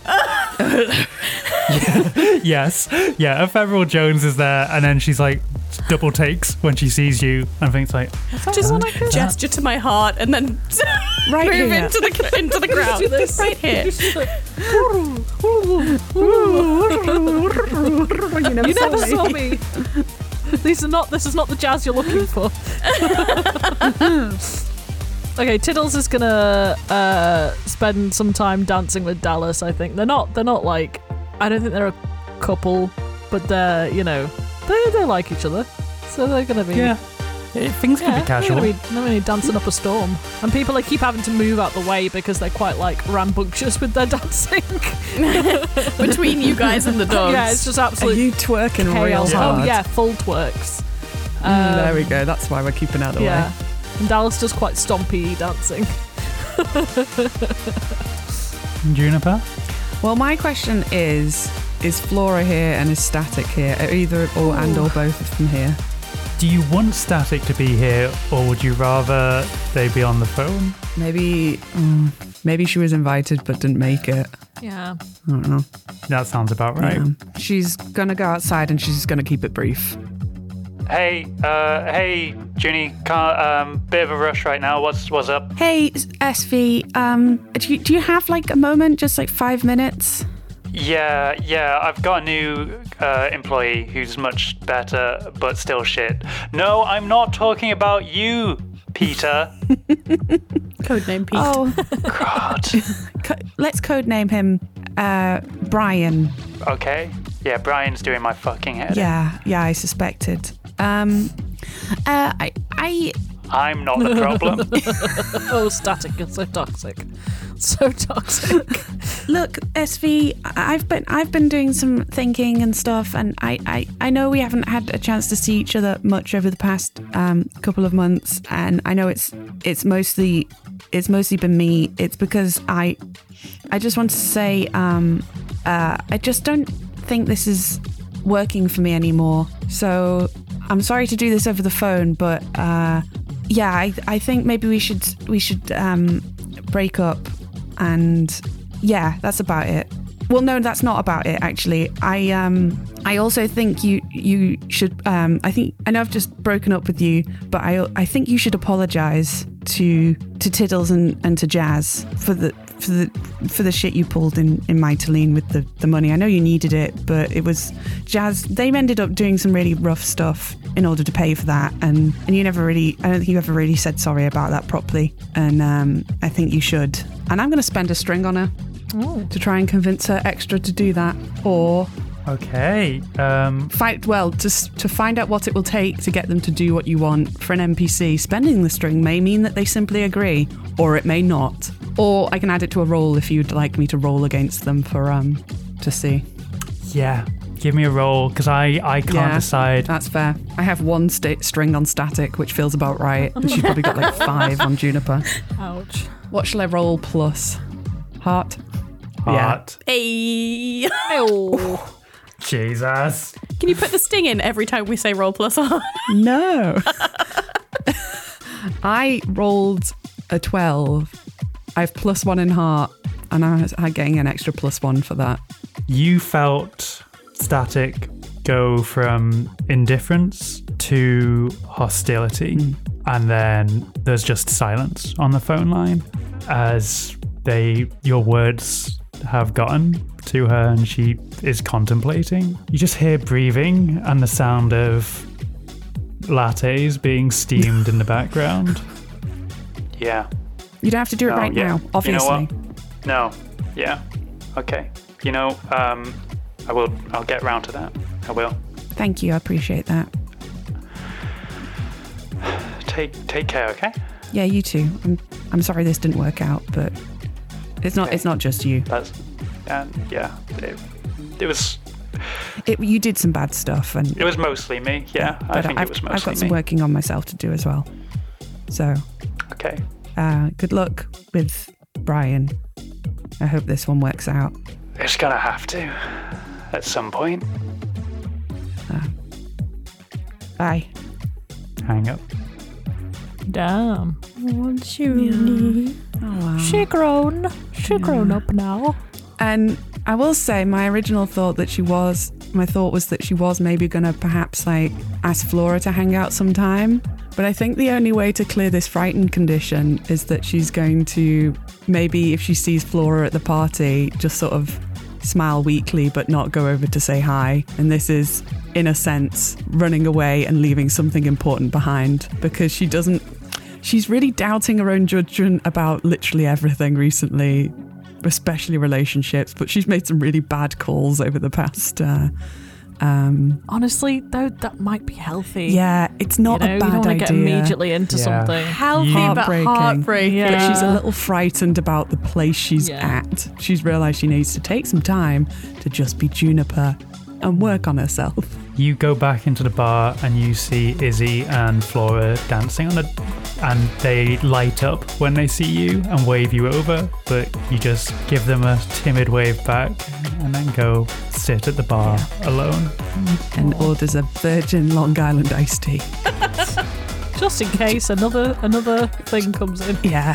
Speaker 2: [LAUGHS]
Speaker 1: yes. Yeah, Ephemeral Jones is there, and then she's like double takes when she sees you and thinks like,
Speaker 2: Just gesture to my heart and then [LAUGHS]
Speaker 3: Right
Speaker 2: move
Speaker 3: here.
Speaker 2: into the into the ground.
Speaker 4: do this.
Speaker 2: right here.
Speaker 3: [LAUGHS]
Speaker 4: you never saw me. [LAUGHS] These are not. This is not the jazz you're looking for. [LAUGHS] okay, Tiddles is gonna uh, spend some time dancing with Dallas. I think they're not. They're not like. I don't think they're a couple, but they're you know they they like each other, so they're gonna be
Speaker 1: yeah. eh, things can
Speaker 4: yeah,
Speaker 1: be casual.
Speaker 4: They're gonna be, they're gonna be dancing up a storm, and people like keep having to move out the way because they're quite like rambunctious with their [LAUGHS] dancing.
Speaker 2: Between you guys and the dogs.
Speaker 4: [LAUGHS] yeah, it's just
Speaker 3: Are
Speaker 4: absolutely
Speaker 3: you twerking real
Speaker 4: chaos.
Speaker 3: hard?
Speaker 4: Oh yeah, full twerks.
Speaker 3: Mm, there
Speaker 4: Um,
Speaker 3: we go. That's why we're keeping out of the
Speaker 4: Yeah,
Speaker 3: way.
Speaker 4: and Dallas does quite stompy dancing.
Speaker 1: Juniper?
Speaker 3: Well, my question is: Is Flora here and is Static here? Are either or and or both of them here?
Speaker 1: Do you want Static to be here, or would you rather they be on the phone?
Speaker 3: Maybe, mm, maybe she was invited but didn't make it.
Speaker 4: Yeah,
Speaker 3: I don't know.
Speaker 1: That sounds about right.
Speaker 3: Um, she's gonna go outside and she's gonna keep it brief.
Speaker 1: Hey, uh, hey, Ginny, can't, um, bit of a rush right now. What's, what's up?
Speaker 3: Hey, SV, um, do you, do you have like a moment, just like five minutes?
Speaker 1: Yeah, yeah, I've got a new uh, employee who's much better, but still shit. No, I'm not talking about you, Peter.
Speaker 2: codename Pete.
Speaker 3: Oh,
Speaker 1: God.
Speaker 3: [LAUGHS] co- let's codename him uh, Brian.
Speaker 1: Okay. Yeah, Brian's doing my fucking head.
Speaker 3: Yeah, yeah, I suspected. Um, uh, I, I,
Speaker 1: I'm not the problem.
Speaker 4: oh, static, it's so toxic, [LAUGHS] so toxic.
Speaker 3: look, SV, I- I've been, I've been doing some thinking and stuff, and I, I, I know we haven't had a chance to see each other much over the past um, couple of months, and I know it's, it's mostly, it's mostly been me. It's because I, I just want to say, um, uh, I just don't think this is working for me anymore. So I'm sorry to do this over the phone, but uh, yeah, I, I think maybe we should we should um, break up, and yeah, that's about it. Well, no, that's not about it. Actually, I um, I also think you you should um, I think I know I've just broken up with you, but I I think you should apologize to to Tiddles and, and to Jazz for the for the for the shit you pulled in in Mytilene with the the money. I know you needed it, but it was Jazz. They ended up doing some really rough stuff in order to pay for that, and and you never really. I don't think you ever really said sorry about that properly, and um, I think you should. And I'm going to spend a string on her to try and convince her extra to do that, or
Speaker 1: Okay. Um,
Speaker 3: fight well to, s- to find out what it will take to get them to do what you want for an npc spending the string may mean that they simply agree or it may not or i can add it to a roll if you'd like me to roll against them for um to see
Speaker 1: yeah. Give me a roll because I, I can't
Speaker 3: Yeah.
Speaker 1: decide.
Speaker 3: that's fair i have one sta- string on static which feels about right she's probably got [LAUGHS] like five on juniper
Speaker 4: Ouch.
Speaker 3: what shall i roll plus heart
Speaker 1: Heart.
Speaker 2: Hey.
Speaker 4: Oh.
Speaker 1: Jesus.
Speaker 2: [LAUGHS] Can you put the sting in every time we say roll plus on?
Speaker 3: No. [LAUGHS] I rolled a 12. I have plus one in heart, and I was- I'm getting an extra plus one for that.
Speaker 1: You felt static go from indifference to hostility. And then there's just silence on the phone line as they your words have gotten to her and she is contemplating. You just hear breathing and the sound of lattes being steamed in the background.
Speaker 5: Yeah.
Speaker 3: You don't have to do it
Speaker 5: Oh,
Speaker 3: right
Speaker 5: yeah.
Speaker 3: now, obviously.
Speaker 5: You know what? No. Yeah. Okay. You know, um, I will. I'll get round to that. I will.
Speaker 3: Thank you. I appreciate that.
Speaker 5: Take take care. Okay.
Speaker 3: Yeah, you too. I'm, I'm sorry this didn't work out, but it's not
Speaker 5: Okay.
Speaker 3: it's not just you.
Speaker 5: That's. Um, yeah. It, it was.
Speaker 3: It, you did some bad stuff, and
Speaker 5: It was mostly me. Yeah. I
Speaker 3: but
Speaker 5: think
Speaker 3: I've,
Speaker 5: it was
Speaker 3: I've
Speaker 5: mostly
Speaker 3: got some
Speaker 5: me.
Speaker 3: working on myself to do as well. So,
Speaker 5: Okay.
Speaker 3: uh, good luck with Brian. I hope this one works out.
Speaker 5: It's gonna have to. At some point.
Speaker 3: Bye.
Speaker 1: Hang up.
Speaker 4: Damn.
Speaker 2: Once you need.
Speaker 4: She grown. She grown up now.
Speaker 3: And I will say, my original thought that she was, my thought was that she was maybe going to perhaps like ask Flora to hang out sometime. But I think the only way to clear this frightened condition is that she's going to maybe, if she sees Flora at the party, just sort of smile weakly but not go over to say hi. And this is, in a sense, running away and leaving something important behind because she doesn't. She's really doubting her own judgment about literally everything recently especially relationships, but she's made some really bad calls over the past. Uh, um,
Speaker 4: Honestly, though, that might be healthy.
Speaker 3: yeah, it's not
Speaker 4: you know,
Speaker 3: a
Speaker 4: you
Speaker 3: bad
Speaker 4: don't want to
Speaker 3: idea.
Speaker 4: get immediately into
Speaker 1: Yeah.
Speaker 4: something.
Speaker 2: Healthy
Speaker 3: Heartbreaking.
Speaker 2: but heartbreaking.
Speaker 4: Yeah.
Speaker 3: But she's a little frightened about the place she's
Speaker 4: Yeah.
Speaker 3: at. She's realised she needs to take some time to just be Juniper and work on herself.
Speaker 1: You go back into the bar and you see Izzy and Flora dancing on the and they light up when they see you and wave you over, but you just give them a timid wave back and then go sit at the bar alone.
Speaker 3: And orders a virgin Long Island iced tea.
Speaker 4: Just in case another another thing comes in.
Speaker 3: Yeah.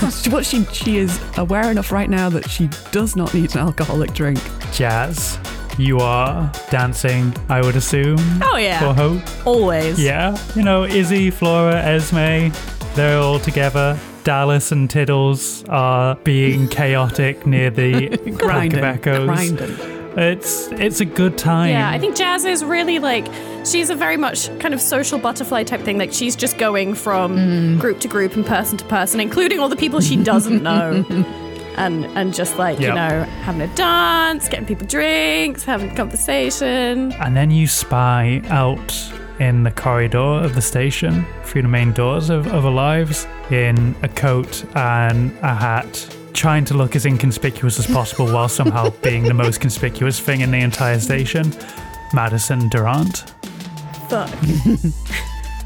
Speaker 4: [LAUGHS]
Speaker 3: what she she is aware enough right now that she does not need an alcoholic drink.
Speaker 1: Jazz, you are dancing, I would assume.
Speaker 2: Oh, yeah.
Speaker 1: For hope.
Speaker 2: Always.
Speaker 1: Yeah. You know, Izzy, Flora, Esme, they're all together. Dallas and Tiddles are being chaotic near the
Speaker 3: [LAUGHS] Grinding.
Speaker 1: Quebecos.
Speaker 3: Grinding.
Speaker 1: It's it's a good time.
Speaker 2: Yeah, I think Jazz is really like she's a very much kind of social butterfly type thing. Like she's just going from group to group and person to person, including all the people she doesn't know. And, and just like,
Speaker 1: Yeah.
Speaker 2: you know, having a dance, getting people drinks, having conversation.
Speaker 1: And then you spy out in the corridor of the station through the main doors of, of Alives in a coat and a hat, trying to look as inconspicuous as possible while
Speaker 2: [LAUGHS]
Speaker 1: somehow being the most conspicuous thing in the entire station. Madison Durant.
Speaker 2: Fuck. [LAUGHS]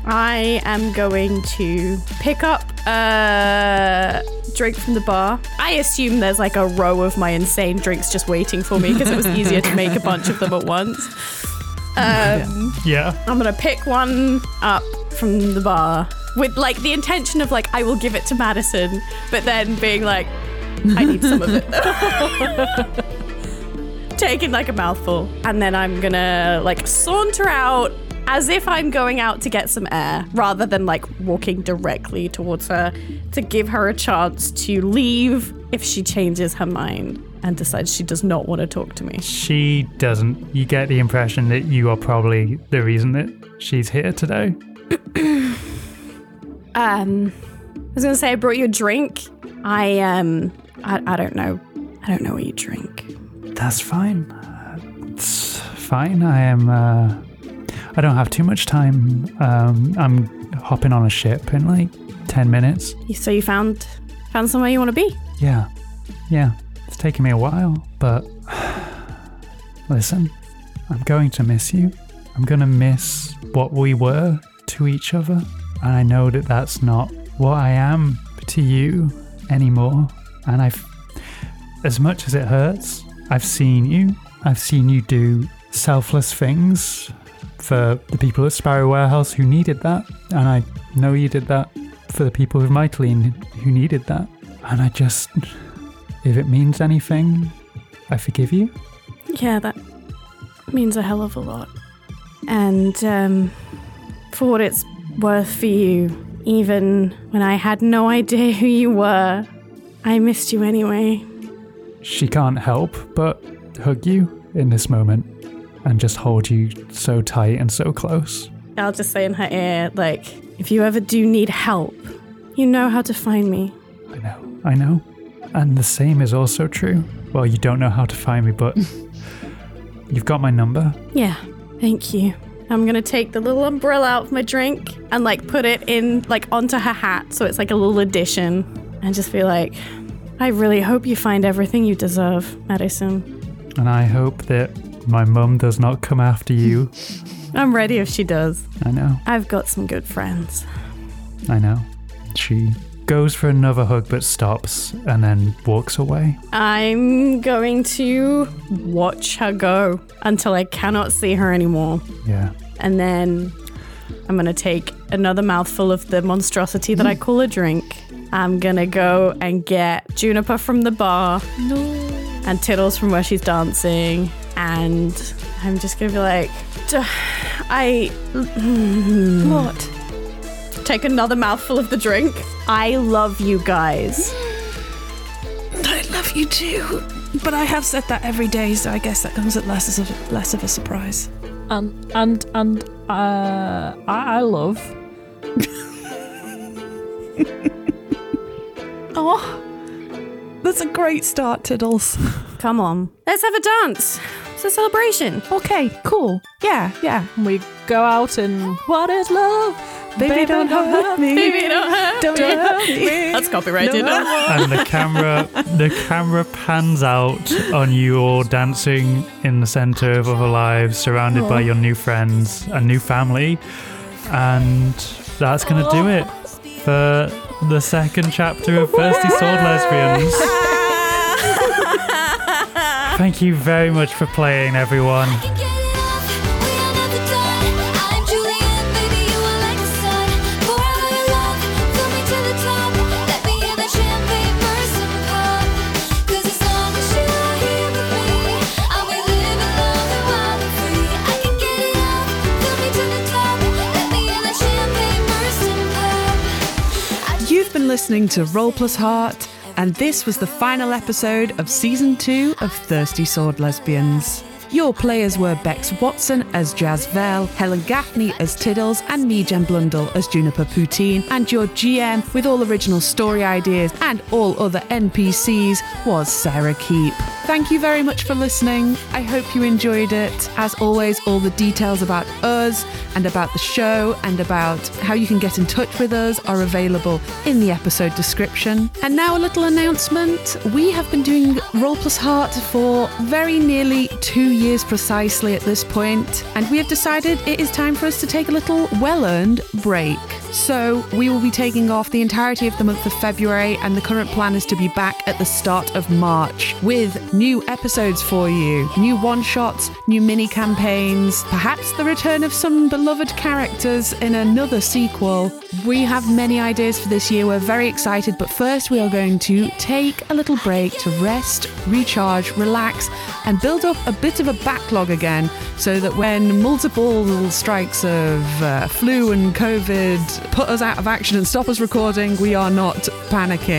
Speaker 2: I am going to pick up a drink from the bar. I assume there's like a row of my insane drinks just waiting for me because it was easier to make a bunch of them at once. Um,
Speaker 1: Yeah.
Speaker 2: I'm gonna pick one up from the bar with like the intention of like I will give it to Madison, but then being like, I need some of it. [LAUGHS] Taking like a mouthful, and then I'm gonna like saunter out as if I'm going out to get some air rather than like walking directly towards her to give her a chance to leave if she changes her mind and decides she does not want to talk to me.
Speaker 1: She doesn't. You get the impression that you are probably the reason that she's here today.
Speaker 2: [CLEARS THROAT] Um, I was gonna say I brought you a drink. I um, I, I don't know, I don't know what you drink.
Speaker 1: That's fine. Uh, It's fine. I am. Uh, I don't have too much time. Um, I'm hopping on a ship in like ten minutes.
Speaker 2: You- So you found found somewhere you want to be.
Speaker 1: Yeah, yeah. It's taken me a while, but [SIGHS] listen, I'm going to miss you. I'm gonna miss what we were to each other, and I know that that's not what I am to you anymore. And I've, as much as it hurts, I've seen you. I've seen you do selfless things for the people at Sparrow Warehouse who needed that, and I know you did that for the people of Mytilene who needed that. And I just, if it means anything, I forgive you.
Speaker 2: Yeah, that means a hell of a lot. And um, for what it's worth for you, even when I had no idea [LAUGHS] who you were, I missed you anyway.
Speaker 1: She can't help but hug you in this moment and just hold you so tight and so close.
Speaker 2: I'll just say in her ear, like, if you ever do need help, you know how to find me.
Speaker 1: I know, I know. And the same is also true. Well, you don't know how to find me, but you've got my number.
Speaker 2: Yeah, thank you. I'm gonna take the little umbrella out of my drink and like put it in like onto her hat so it's like a little addition and just be like, I really hope you find everything you deserve, Madison.
Speaker 1: And I hope that my mum does not come after you.
Speaker 2: I'm ready if she does.
Speaker 1: I know,
Speaker 2: I've got some good friends.
Speaker 1: I know. She goes for another hug but stops and then walks away.
Speaker 2: I'm going to watch her go until I cannot see her anymore.
Speaker 1: Yeah.
Speaker 2: And then I'm going to take another mouthful of the monstrosity that I call a drink. I'm going to go and get Juniper from the bar and Tiddles from where she's dancing. And I'm just going to be like, "Duh, I
Speaker 3: What?
Speaker 2: take another mouthful of the drink. I love you guys.
Speaker 6: I love you too. But I have said that every day, so I guess that comes at less of a, less of a surprise.
Speaker 4: And and and uh, I, I love.
Speaker 3: Oh, that's a great start, Tiddles.
Speaker 2: Come on. Let's have a dance. It's a celebration.
Speaker 3: Okay, cool. Yeah, yeah.
Speaker 4: We go out and what is love?
Speaker 3: Baby, don't hurt me. Don't hurt me.
Speaker 2: That's copyrighted.
Speaker 1: and the camera the camera pans out on you all dancing in the center of other lives surrounded by your new friends and new family and that's gonna do it for the second chapter of thirsty sword
Speaker 3: [LAUGHS]
Speaker 1: lesbians thank you very much for playing everyone
Speaker 7: I'm Julian, baby, you are like the sun. Forever your love, fill me to the top. Let me hear that champagne burst and pop. 'Cause as long as you are here with me, I will live in love and wild and free. I can get it up, fill me to the top. Let me hear that champagne burst and pop.
Speaker 3: You've been listening to Roll Plus Heart, and this was the final episode of season two of Thirsty Sword Lesbians. Your players were Bex Watson as Jazz Vell, Helen Gaffney as Tiddles, and me, Jen Blundell, as Juniper Poutine. And your GM, with all original story ideas and all other NPCs, was Sarah Keep. Thank you very much for listening. I hope you enjoyed it. As always, all the details about us and about the show and about how you can get in touch with us are available in the episode description. And now a little announcement. We have been doing Roll Plus Heart for very nearly two years precisely at this point, and we have decided it is time for us to take a little well earned break. So we will be taking off the entirety of the month of February, and the current plan is to be back at the start of March with new episodes for you, new one shots, new mini campaigns, perhaps the return of some beloved characters in another sequel. We have many ideas for this year. We're very excited, but first we are going to take a little break to rest, recharge, relax, and build up a bit of a backlog again so that when multiple strikes of uh, flu and COVID put us out of action and stop us recording, we are not panicking.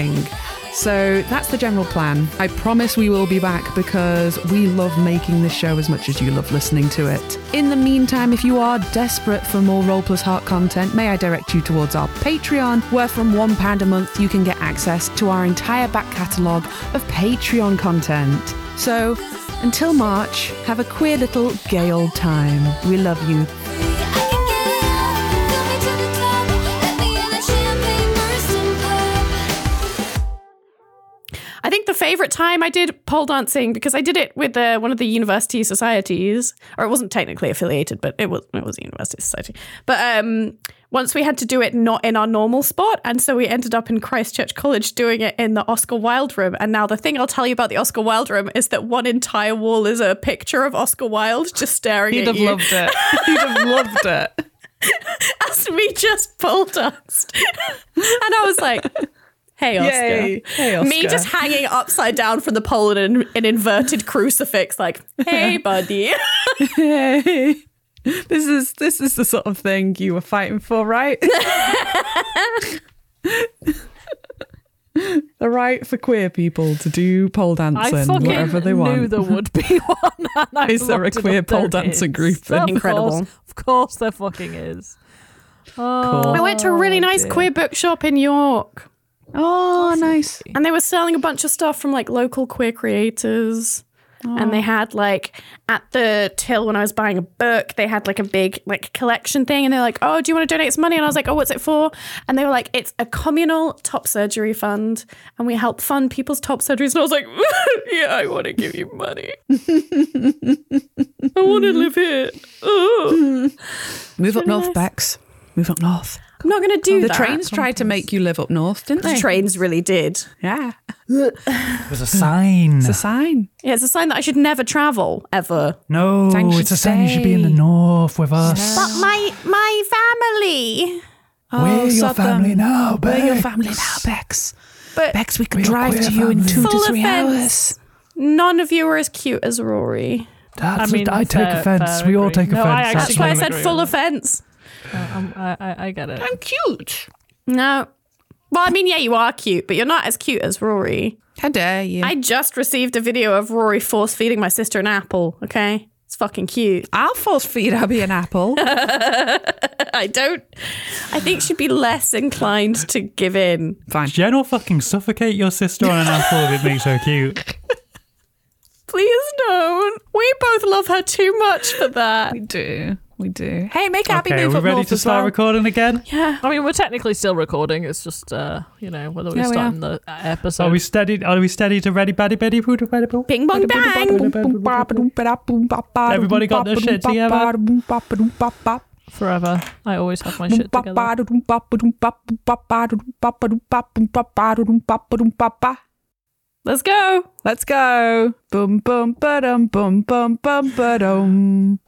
Speaker 3: So that's the general plan. I promise we will be back because we love making this show as much as you love listening to it. In the meantime, if you are desperate for more Roll Plus Heart content, may I direct you towards our Patreon, where from £1 a month you can get access to our entire back catalogue of Patreon content. So until March, have a queer little gay old time. We love you.
Speaker 7: I can get it up, fill me to the top, let me in that champagne Mersin pub.
Speaker 2: I think the favorite time I did pole dancing because I did it with uh, one of the university societies, or it wasn't technically affiliated, but it was it was a university society. But um, once we had to do it not in our normal spot, and so we ended up in Christchurch College doing it in the Oscar Wilde room. And now the thing I'll tell you about the Oscar Wilde room is that one entire wall is a picture of Oscar Wilde just staring at
Speaker 3: You'd have
Speaker 2: you.
Speaker 3: loved
Speaker 4: [LAUGHS]
Speaker 3: it. You'd have loved it.
Speaker 2: That's [LAUGHS] me just pole danced, and I was like. Hey Oscar.
Speaker 3: Hey, Oscar.
Speaker 2: Me just hanging upside down from the pole in an, an inverted crucifix, like,
Speaker 3: [LAUGHS]
Speaker 2: hey, buddy.
Speaker 3: Hey. [LAUGHS] This is this is the sort of thing you were fighting for, [LAUGHS] right? the right for queer people to do pole dancing
Speaker 4: I fucking
Speaker 3: wherever they
Speaker 4: knew
Speaker 3: want.
Speaker 4: there
Speaker 3: [LAUGHS]
Speaker 4: would be one. And I
Speaker 3: Is there a
Speaker 4: looked it
Speaker 3: queer
Speaker 4: up. There
Speaker 3: pole
Speaker 4: it
Speaker 3: dancing
Speaker 4: is.
Speaker 3: group?
Speaker 4: Of
Speaker 2: Incredible.
Speaker 4: Course, of course, there fucking is. Oh,
Speaker 2: I went to a really nice queer bookshop in York
Speaker 3: oh, nice.
Speaker 2: and they were selling a bunch of stuff from like local queer creators. And they had like at the till when I was buying a book, they had like a big like collection thing, and they're like, "Oh, do you want to donate some money?" And I was like, "Oh, what's it for?" And they were like, "It's a communal top surgery fund, and we help fund people's top surgeries." And I was like, [LAUGHS] "Yeah, I want to give you money. I [LAUGHS] want to live here. Ugh.
Speaker 3: Move up north, Bex. Move up north.
Speaker 2: I'm not gonna do
Speaker 3: The
Speaker 2: that."
Speaker 3: trains tried to make you live up north, didn't
Speaker 2: The
Speaker 3: they?
Speaker 2: trains really did.
Speaker 3: yeah.
Speaker 1: It was a sign.
Speaker 3: It's a sign.
Speaker 2: Yeah, it's a sign that I should never travel ever.
Speaker 1: no,
Speaker 3: Sign should
Speaker 1: it's a sign you should be in the
Speaker 3: stay.
Speaker 1: north with us.
Speaker 3: [GASPS]
Speaker 2: But my my family.
Speaker 1: We're your
Speaker 3: sod them.
Speaker 1: family now,
Speaker 3: Oh, um, We're your
Speaker 1: Bex.
Speaker 3: family now, Bex.
Speaker 2: But
Speaker 3: Bex, we can
Speaker 1: We're
Speaker 3: drive
Speaker 1: queer
Speaker 3: to you in
Speaker 1: family.
Speaker 3: two
Speaker 2: Full
Speaker 3: to three
Speaker 2: offense.
Speaker 3: hours.
Speaker 2: none of you are as cute as Rory.
Speaker 1: That's
Speaker 4: I mean,
Speaker 1: I take
Speaker 4: fair-
Speaker 1: offence.
Speaker 4: fair
Speaker 1: we all
Speaker 4: agree.
Speaker 1: take
Speaker 4: No, I
Speaker 1: offence.
Speaker 4: actually-
Speaker 2: That's why I said
Speaker 4: agree
Speaker 2: full
Speaker 4: with
Speaker 2: offense.
Speaker 4: Um, I, I, I get it.
Speaker 3: cute.
Speaker 2: No. Well, I mean, yeah, you are cute, but you're not as cute as Rory.
Speaker 3: How dare you?
Speaker 2: I just received a video of Rory force feeding my sister an apple, okay? It's fucking cute.
Speaker 3: I'll force feed Abby an apple.
Speaker 2: I don't. I think she'd be less inclined to give in.
Speaker 3: Fine.
Speaker 1: General fucking suffocate your sister on an apple if it makes her cute.
Speaker 2: Please don't. We both love her too much for that.
Speaker 3: We do. We do. Hey, make Abby
Speaker 1: okay,
Speaker 3: move
Speaker 1: are we
Speaker 3: up
Speaker 1: ready
Speaker 3: north
Speaker 1: to
Speaker 3: as
Speaker 1: start
Speaker 3: well.
Speaker 1: recording again?
Speaker 4: I mean, we're technically still recording. It's just, uh, you know, whether we
Speaker 3: Yeah, we
Speaker 4: start in the episode.
Speaker 1: Are we steady? Are we steady to ready, baddy, baddy, boo, boo, boo, boo?
Speaker 2: Bing bong bang.
Speaker 1: Everybody got their shit together?
Speaker 4: forever. I always have
Speaker 3: Mm,
Speaker 4: my shit together.
Speaker 2: Let's go.
Speaker 3: Let's go. Boom, boom, ba-dum, boom, boom, bum, ba-dum.